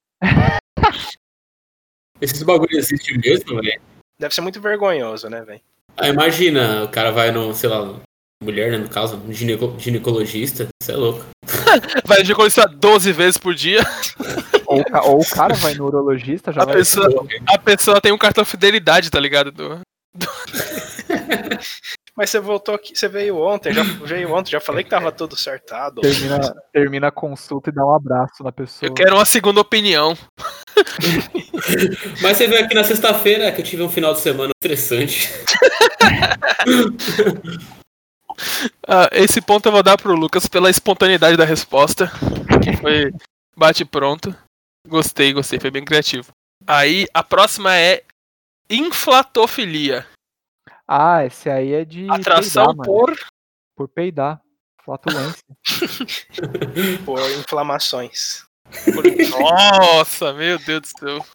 B: Esses bagulho existem mesmo, velho?
D: Deve ser muito vergonhoso, né, velho?
B: Ah, imagina, o cara vai no, sei lá, mulher, né, no caso, um gineco- ginecologista. Isso é louco.
C: Vai de colista 12 vezes por dia.
E: Ou, o ca- ou o cara vai no urologista, já
C: A
E: vai.
C: pessoa, a pessoa tem um cartão fidelidade, tá ligado? Do-
D: Mas você voltou aqui, você veio ontem, já veio ontem, já falei que tava tudo acertado.
E: Termina, termina a consulta e dá um abraço na pessoa.
C: Eu quero uma segunda opinião.
B: Mas você veio aqui na sexta-feira que eu tive um final de semana estressante.
C: Ah, esse ponto eu vou dar pro Lucas pela espontaneidade da resposta. Que foi bate pronto. Gostei, gostei, foi bem criativo. Aí a próxima é inflatofilia.
E: Ah, esse aí é de
C: Atração
E: peidar, mano.
C: por
E: por peidar. Flatulência.
D: por inflamações.
C: Nossa, meu Deus do céu.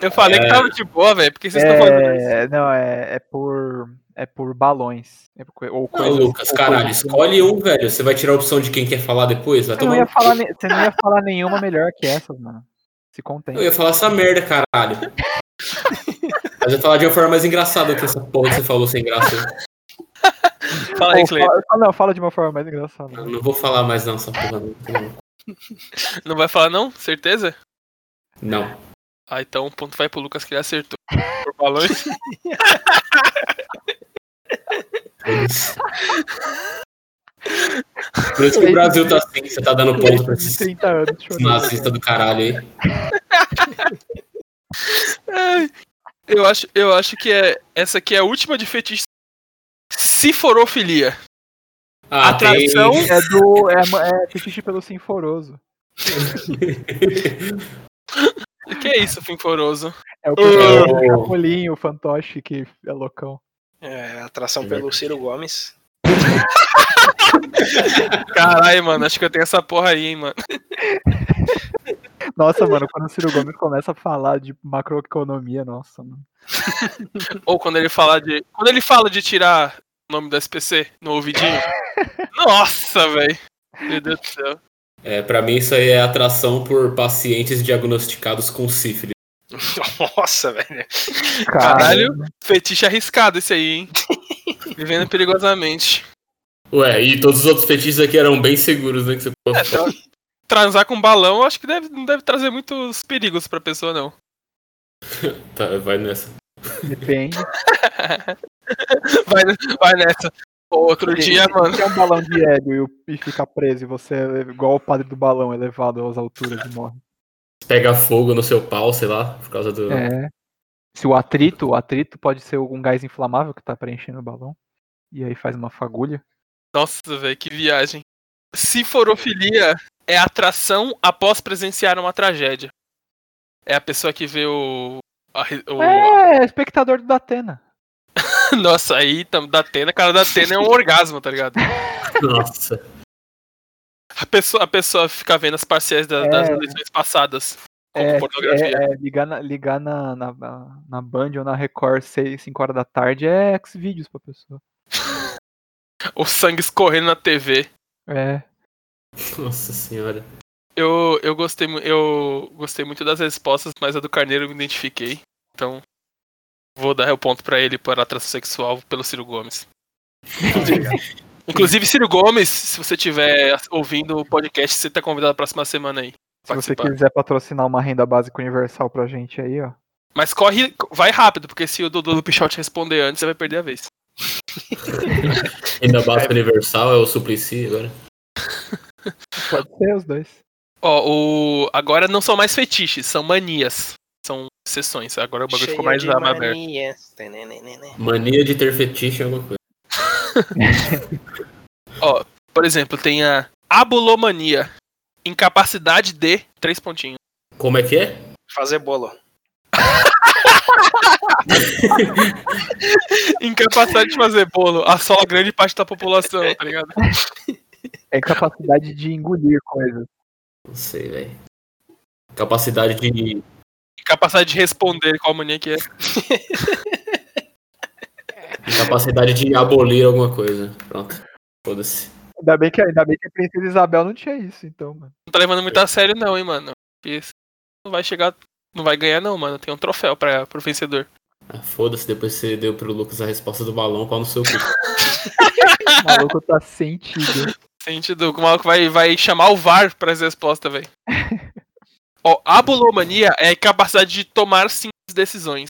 C: Eu falei que tava de boa, velho, porque vocês estão falando isso.
E: É, não, é, é por. É por balões. É por coi- ou
B: Ô,
E: coisas-
B: Lucas,
E: ou
B: caralho,
E: coisas-
B: escolhe um, velho. Você vai tirar a opção de quem quer falar depois? Vai
E: Você não,
B: tomar.
E: ia
B: no cu.
E: falar, ne- você não ia falar nenhuma melhor que essas, mano. Se contém.
B: Eu ia falar essa merda, caralho. Mas eu ia falar de uma forma mais engraçada que essa porra que você falou sem graça.
C: Fala aí,
E: Ou
C: Cleiton.
E: fala- não, fala de uma forma mais engraçada.
B: Eu não vou falar mais não, essa porra não.
C: Não vai falar não? Certeza?
B: Não.
C: Ah, então o ponto vai pro Lucas que ele acertou. Por balões.
B: Por isso que o Brasil tá assim, você tá dando ponto pra
E: De
B: esses
E: 30 anos chorando.
B: nazistas do caralho aí.
C: Ai, Eu acho, eu acho que é essa aqui é a última de fetiche. Sinforofilia.
B: Ah,
C: Atração.
B: tem-
E: É do. É, ma- é fetiche pelo sinforoso.
C: O que é isso, finforoso?
E: É o
B: É
C: Oh.
E: pessoal
B: o-
E: o fantoche que é loucão.
D: É, atração pelo Ciro Gomes.
C: Caralho, mano, acho que eu tenho essa porra aí, hein, mano.
E: Nossa, mano, quando o Ciro Gomes começa a falar de macroeconomia, nossa, mano.
C: Ou quando ele fala de. Quando ele fala de tirar o nome do SPC no ouvidinho. Nossa, velho. Meu Deus do céu.
B: É, pra mim isso aí é atração por pacientes diagnosticados com sífilis.
D: Nossa, velho.
C: Caralho, fetiche arriscado esse aí, hein? Vivendo perigosamente.
B: Ué, e todos os outros fetiches aqui eram bem seguros, né? Que você
C: Transar com balão, eu acho que deve, não deve trazer muitos perigos pra pessoa, não.
B: Tá, vai nessa.
E: Depende.
C: Vai, vai nessa. Outro dia, mano.
E: Se é um balão de hélio e, o- e fica preso e você é igual o padre do balão, elevado às alturas e morre.
B: Pega fogo no seu pau, sei lá, por causa do.
E: É. Se o atrito, o atrito pode ser algum gás inflamável que tá preenchendo o balão. E aí faz uma fagulha.
C: Nossa, velho, que viagem. Sinforofilia é atração após presenciar uma tragédia. É a pessoa que vê o. a re- o-
E: É, espectador do Datena.
C: Nossa, aí tam, da Atena, cara da Atena é um orgasmo, tá ligado?
B: Nossa.
C: A pessoa, a pessoa fica vendo as parciais da-
E: É.
C: das eleições passadas. Como
E: É,
C: pornografia.
E: é, é, ligar na, ligar na, na, na- na Band ou na Record 6, 5 horas da tarde é X-Vídeos pra pessoa.
C: O sangue escorrendo na TV.
E: É.
B: Nossa senhora.
C: Eu, eu, gostei, mu- eu gostei muito das respostas, mas a do Carneiro eu me identifiquei. Então, vou dar o ponto pra ele por atração sexual pelo Ciro Gomes. Inclusive, Ciro Gomes, se você estiver ouvindo o podcast, você tá convidado a próxima semana aí.
E: Se você
C: participar.
E: quiser patrocinar uma renda básica universal pra gente aí, ó.
C: Mas corre, vai rápido, porque se o Dudu do Pichote responder antes, você vai perder a vez.
B: Ainda básica universal é o Suplicy agora.
E: Pode ser os dois.
C: Ó, o... agora não são mais fetiches, são manias. São sessões. Agora o bagulho ficou mais
D: Cheio de
C: aberto.
D: manias. Né, Tenenenene.
B: Mania de ter fetiche é alguma coisa.
C: Por exemplo, tem a abulomania. Incapacidade de. Três pontinhos.
B: Como é que é?
D: Fazer bolo.
C: Incapacidade de fazer bolo. Assola grande parte da população, tá ligado?
E: É capacidade de engolir coisas.
B: Não sei, velho. Capacidade de.
C: Incapacidade de responder qual mania que é.
B: Capacidade de abolir alguma coisa. Pronto. Foda-se.
E: Ainda bem, que, ainda bem que a Princesa Isabel não tinha isso, então, mano.
C: Não tá levando muito a sério, não, hein, mano. Porque isso não vai chegar. Não vai ganhar, não, mano. Tem um troféu pra, pro vencedor.
B: Ah, Foda-se, depois você deu pro Lucas a resposta do balão, pau no seu cu.
E: O maluco tá sentido.
C: Sentido, o maluco vai, vai chamar o VAR para as respostas, velho. Ó, abulomania é a capacidade de tomar simples decisões.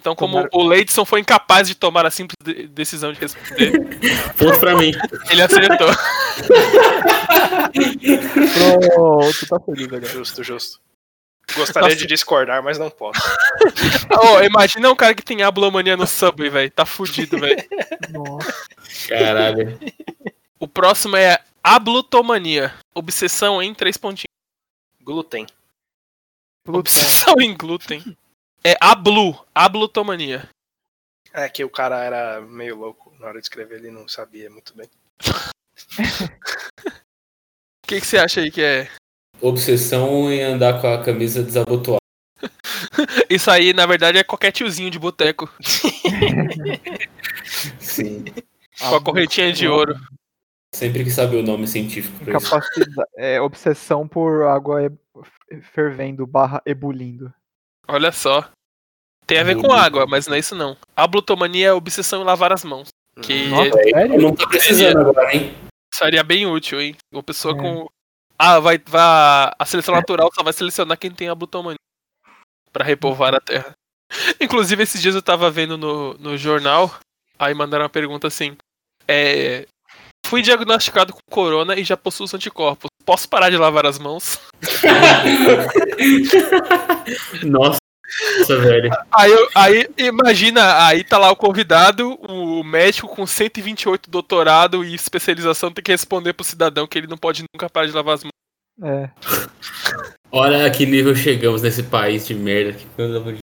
C: Então, como
E: Tomar-
C: o Leidson foi incapaz de tomar a simples de- decisão de responder,
B: Ponto pra mim.
C: ele acertou.
E: Pronto, tá feliz agora.
D: Justo, justo. Gostaria
C: né? Nossa.
D: de discordar, mas não posso.
C: Ó, imagina um cara que tem abulomania no Subway, velho. Tá fudido, velho.
E: Nossa.
B: Caralho.
C: O próximo é ablutomania. Obsessão em três pontinhos.
D: Glúten.
E: Puta.
C: Obsessão em glúten. É ablu. Ablutomania.
D: É que o cara era meio louco na hora de escrever, ele não sabia muito bem.
C: O que que você acha aí que é
B: Obsessão em andar com a camisa desabotoada.
C: Isso aí, na verdade, é qualquer tiozinho de boteco.
B: Sim.
C: Com a corretinha de ouro.
B: Sempre que sabe o nome científico pra isso.
E: Incapacidade. É, obsessão por água e- fervendo barra ebulindo.
C: Olha só. Tem a ver com água, mas não é isso não. A blutomania é a obsessão em lavar as mãos. Que
E: Nossa,
B: Eu
E: sério?
B: não tô precisando agora, hein?
C: seria bem útil, hein? Uma pessoa
E: É.
C: com. Ah, vai, vai. A seleção natural só vai selecionar quem tem a blutomania. Pra repovoar a terra. Inclusive, esses dias eu tava vendo no, no jornal. Aí mandaram uma pergunta assim. É. Fui diagnosticado com corona e já possuo os anticorpos. Posso parar de lavar as mãos?
B: Nossa, velho.
C: Aí, eu- aí, imagina, aí tá lá o convidado, o médico com 128 doutorado e especialização tem que responder pro cidadão que ele não pode nunca parar de lavar as mãos.
E: É.
B: Olha a que nível chegamos nesse país de merda. Que coisa bonita.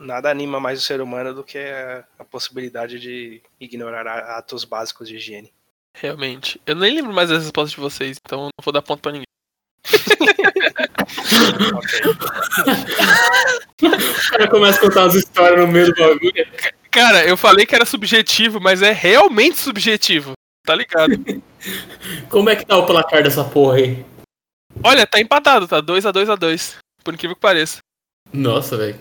D: Hum. Nada anima mais o ser humano do que a, a possibilidade de ignorar a- atos básicos de higiene.
C: Realmente. Eu nem lembro mais as respostas de vocês, então eu não vou dar ponto pra ninguém.
D: Ok.
B: O cara começa a contar as histórias no meio do bagulho.
C: Cara, eu falei que era subjetivo, mas é realmente subjetivo. Tá ligado?
B: Como é que tá o placar dessa porra aí?
C: Olha, tá empatado, tá 2 a 2 a 2 Por incrível que pareça.
B: Nossa, velho.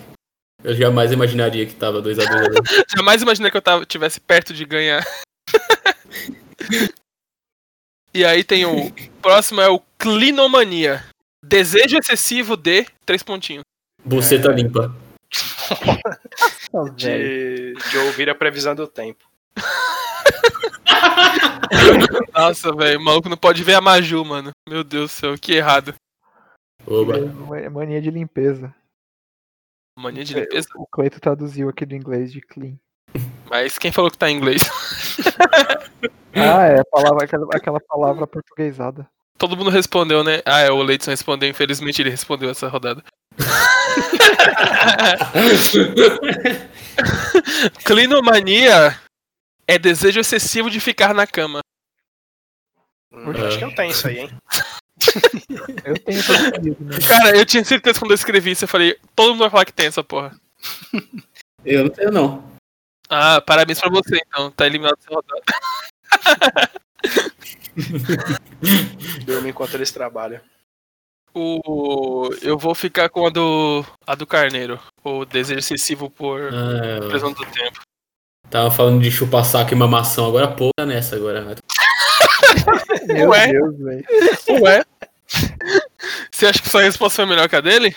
B: Eu jamais imaginaria que tava 2x2.
C: Jamais imaginei que eu tava, tivesse perto de ganhar. e aí tem o, o próximo é o clinomania. Desejo excessivo de três pontinhos.
B: Buceta limpa.
E: Nossa, tá velho.
D: de, de ouvir a previsão do tempo.
C: Nossa, velho, o maluco não pode ver a Maju, mano. Meu Deus do céu, que errado.
B: Oba.
E: É Mania de limpeza.
C: Mania de limpeza.
E: O Cleito traduziu aqui do inglês de clean.
C: Mas quem falou que tá em inglês?
E: Ah, é a palavra, aquela, aquela palavra portuguesada.
C: Todo mundo respondeu, né? Ah, é, o Leidson respondeu. Infelizmente ele respondeu essa rodada. Clinomania é desejo excessivo de ficar na cama.
D: Hum, Acho que eu tenho isso aí, hein?
E: Eu tenho traduzido, né?
C: Cara, eu tinha certeza quando eu escrevi isso, eu falei, todo mundo vai falar que tem essa porra.
B: Eu não tenho, não.
C: Ah, parabéns pra você então, tá eliminado essa rodada.
D: Durmo enquanto eles trabalham.
C: O... Eu vou ficar com a do. a do carneiro. O desejo excessivo por
B: Ah,
C: presunto do tempo.
B: tava falando de chupar saco e mamação. Agora, porra, nessa agora.
E: Meu
C: Ué.
E: Deus, velho.
C: Ué? Você acha que sua resposta foi melhor que a dele?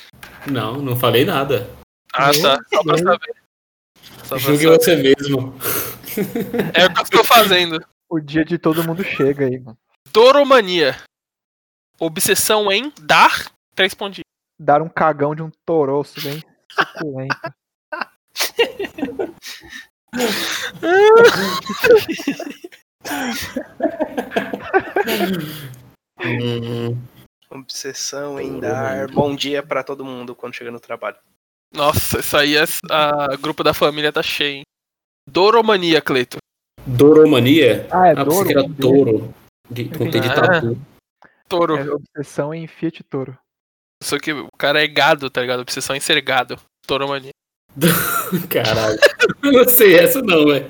B: Não, não falei nada.
C: Ah,
E: Não,
C: tá. Só pra
E: não.
C: saber. Só pra
B: Julgue
C: saber.
B: você mesmo.
C: É o que eu estou fazendo.
E: O dia de todo mundo chega aí, mano.
C: Toromania. Obsessão em dar três pontinhos.
E: Dar um cagão de um toroço bem suculento.
B: Hum,
D: Obsessão em dar bom dia pra todo mundo quando chega no trabalho.
C: Nossa, isso aí é. A grupo da família tá cheio, hein? Doromania, Cleito.
B: doromania?
E: Ah, é
B: Ah, pensei
E: Douro?
B: que era touro. De, com T de
C: Ah.
B: tatu.
C: Toro.
E: É obsessão em Fiat Toro.
C: Só que o cara é gado, tá ligado? Obsessão em ser gado. Toromania.
B: Caralho. Eu não sei essa, não, velho.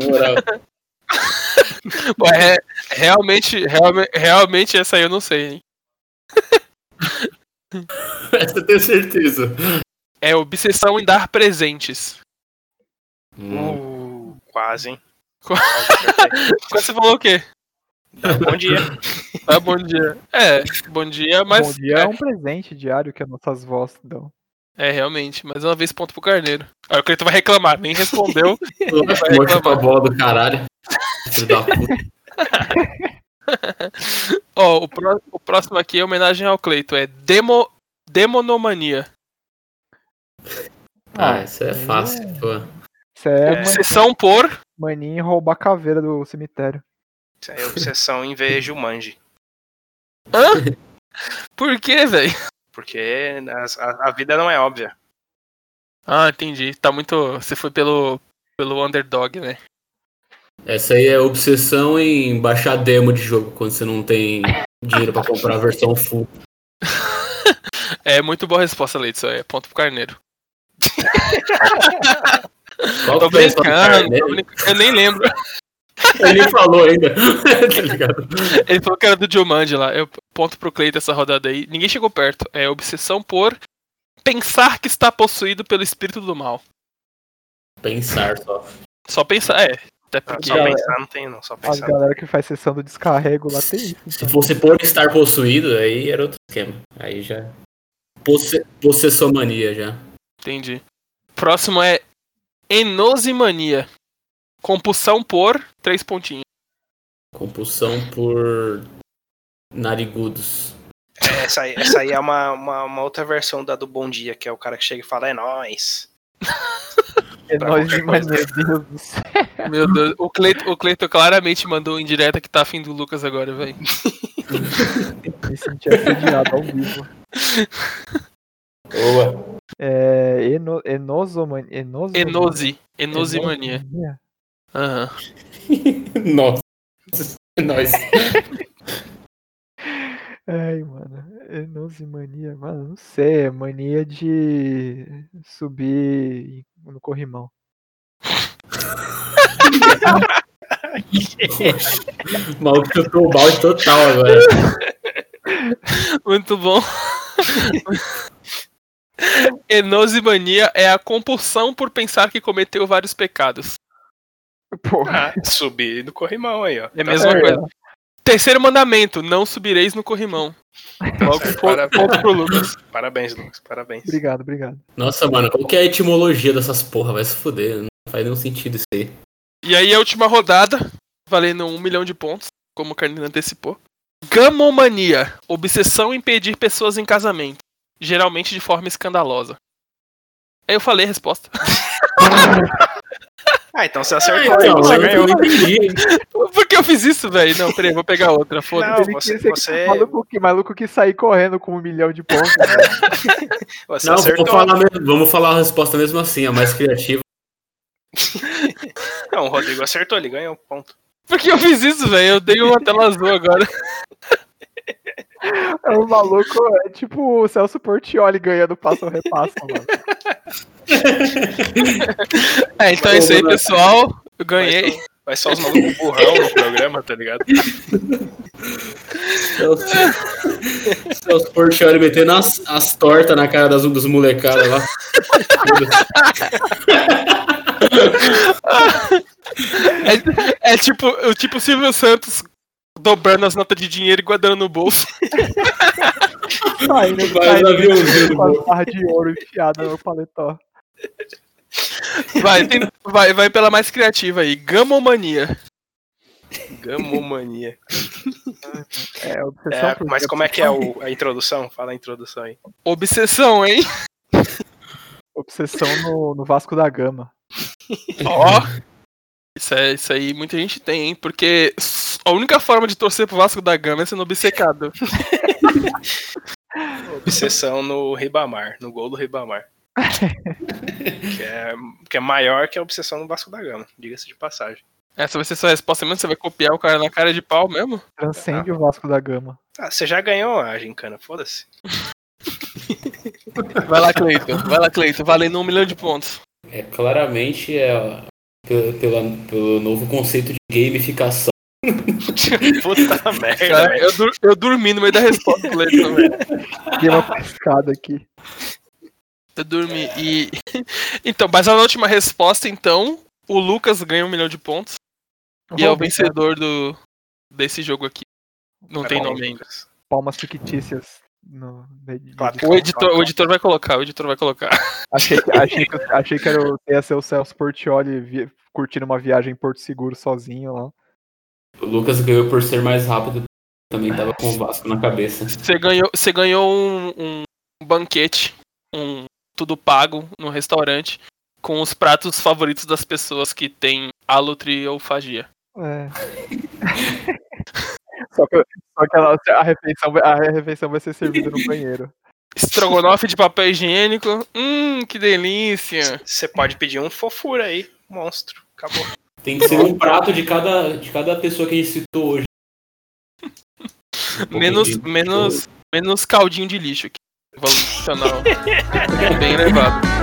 B: Na moral.
C: Pô, é- realmente, realme- realmente essa aí eu não sei, hein?
B: Essa eu tenho certeza.
C: É obsessão em dar presentes.
B: Hum,
D: Uh, quase, hein?
C: Qua-
D: Quase
C: Quando você falou o quê?
D: acertei. Bom dia.
C: Ah, bom dia. É, bom dia, mas.
E: Bom dia é um presente diário que as nossas vozes dão.
C: É, realmente. Mais uma vez, ponto pro carneiro. Aí o Cleiton vai reclamar, nem respondeu.
B: lógico, um monte de pra bola do caralho. Filho da puta.
C: Ó, o, pró- o próximo aqui é homenagem ao Cleiton. É Demo... Demonomania.
B: Ah, isso é fácil, pô.
E: Isso é,
D: É.
E: é.
C: Sessão por.
E: maninho roubar caveira do cemitério.
D: Isso aí é obsessão em vez de Jumanji.
C: Hã? Por quê, velho?
D: Porque as- a, a vida não é óbvia.
C: Ah, entendi. Tá muito. Você foi pelo. Pelo underdog, né?
B: Essa aí é obsessão em baixar demo de jogo quando você não tem dinheiro pra comprar a versão full.
C: É muito boa a resposta, Leite. Isso é ponto pro carneiro.
B: Qual
C: Tô
B: que é essa do
C: brincando, tô
B: carneiro?
C: brincando. Eu nem lembro.
B: Ele nem falou ainda. tá ligado?
C: Ele falou que era do Jumanji lá. Eu ponto pro Cleiton essa rodada aí. Ninguém chegou perto. É obsessão por pensar que está possuído pelo espírito do mal.
B: Pensar só.
C: Só pensar, é. Até
D: Ah,
C: porque.
D: Só
E: Já-
D: pensar não tem, não. Só
E: As
D: pensar.
E: galera que faz sessão do descarrego lá tem isso. então.
B: Se fosse por estar possuído, aí era outro esquema. Aí já. Posse... Possessomania já.
C: Entendi. Próximo é enosimania. Compulsão por três pontinhos.
B: Compulsão por narigudos.
D: É, Essa aí, essa aí é uma, uma, uma outra versão da do Bom Dia, que é o cara que chega e fala, é nóis.
E: É
D: Pra
E: nóis
D: qualquer
E: demais,
D: coisa.
E: meu Deus do céu.
C: Meu Deus. O Cleiton, o Cleiton claramente mandou em direta que tá afim do Lucas agora, velho.
E: Me senti assediado ao vivo.
B: Boa.
E: É. Eno, enosomania. Enosomania.
C: Enose. Enosimania.
E: Enosomania?
C: Aham.
B: Nossa. Nós.
E: Ai, mano. Enosimania. Mano, não sei. É mania de subir no corrimão.
B: Maluco chutou o balde total agora.
C: Muito bom. Enosimania é a compulsão por pensar que cometeu vários pecados.
D: Ah,
E: Porra.
D: subir do corrimão aí, ó.
C: É a mesma
E: certo.
C: coisa. Terceiro mandamento: não subireis no corrimão. Logo,
D: certo.
C: ponto, ponto pro Lucas.
D: É. Parabéns, Lucas. Parabéns.
E: Obrigado, obrigado.
B: Nossa, mano, qual que é a etimologia dessas porra? Vai se fuder, não faz nenhum sentido isso aí.
C: E aí, a última rodada, valendo um milhão de pontos, como o Carnina antecipou. Gamomania: obsessão em pedir pessoas em casamento, geralmente de forma escandalosa. Aí eu falei a resposta.
D: Ah, então você acertou aí,
B: Então,
D: você
B: eu
D: ganhou.
B: não entendi.
C: Por que eu fiz isso, velho? Não, peraí, vou pegar outra, foda-se.
D: Não,
E: Ele
D: você-
E: quis ser
D: você-
E: Maluco, que, maluco que sair correndo com um milhão de pontos. né?
D: Você
B: Não,
D: acertou.
B: vamos falar, mesmo- vamos falar a resposta mesmo assim, a mais criativa.
D: Não, o Rodrigo acertou, ele ganhou ponto.
C: Por que eu fiz isso, velho? Eu dei uma tela azul agora.
E: É um maluco, é tipo o Celso Portioli ganhando passo ou repasso, mano.
C: É, então é isso aí, pessoal. Eu ganhei.
D: Vai só os malucos burrão no programa, tá ligado?
B: Os Portioli metendo as, as tortas na cara das, dos molecadas lá.
C: É, é tipo o tipo Silvio Santos dobrando as notas de dinheiro e guardando no bolso.
E: Saindo,
B: Vai,
E: saindo
B: aviãozinho do
E: com
B: bolso.
E: as barras de ouro enfiada no paletó.
C: Vai, tem- vai, vai pela mais criativa aí. Gamomania.
D: Gamomania.
E: É, obsessão
D: É,
E: por
D: mas
E: obsessão.
D: como é que é o- a introdução? Fala a introdução aí.
C: Obsessão, hein?
E: Obsessão no, no Vasco da Gama.
C: Ó. Isso, é, isso aí muita gente tem, hein? Porque a única forma de torcer pro Vasco da Gama é sendo obcecado.
D: Obsessão no Ribamar, no gol do Ribamar. que, é, que é maior que a obsessão no Vasco da Gama, diga-se de passagem.
C: Essa vai ser sua resposta mesmo? Você vai copiar o cara na cara de pau mesmo?
E: Transcende o Vasco da Gama.
D: Ah, você já ganhou a gincana, foda-se.
C: Vai lá, Cleiton. Vai lá, Cleiton. Valendo um milhão de pontos.
B: É claramente é, ó, pelo, pela- pelo novo conceito de gamificação.
D: Puta merda,
C: Cara,
D: velho.
C: É, né? eu, dur- eu dormi no meio da resposta do Cleiton, velho.
E: Dei uma pescada aqui.
C: Eu dormi. E. Então, baseado na última resposta, então, o Lucas ganha um milhão de pontos. E é o
E: Robin,
C: vencedor do, desse jogo aqui. Não tem nome ainda.
E: Palmas fictícias. No... de- de-
D: Claro.
E: de-
C: O editor, o editor vai colocar, o editor vai colocar.
E: Achei, que- achei, que, achei que era o, ia ser o Celso Portioli vi- curtindo uma viagem em Porto Seguro sozinho lá.
B: O Lucas ganhou por ser mais rápido. Também tava com o Vasco na cabeça.
C: Você ganhou, você ganhou um, um banquete, um tudo pago num restaurante, com os pratos favoritos das pessoas que tem alutri ou fagia.
E: É. só que, só que ela- a, refeição, vai- a refeição vai ser servida no banheiro.
C: Estrogonofe de papel higiênico. Hum, que delícia!
D: Você pode pedir um fofura aí, monstro. Acabou.
B: Tem que ser um prato de cada, de cada pessoa que a gente citou hoje.
C: Menos, menos, menos caldinho de lixo aqui. Vamos adicionar um- bem elevado.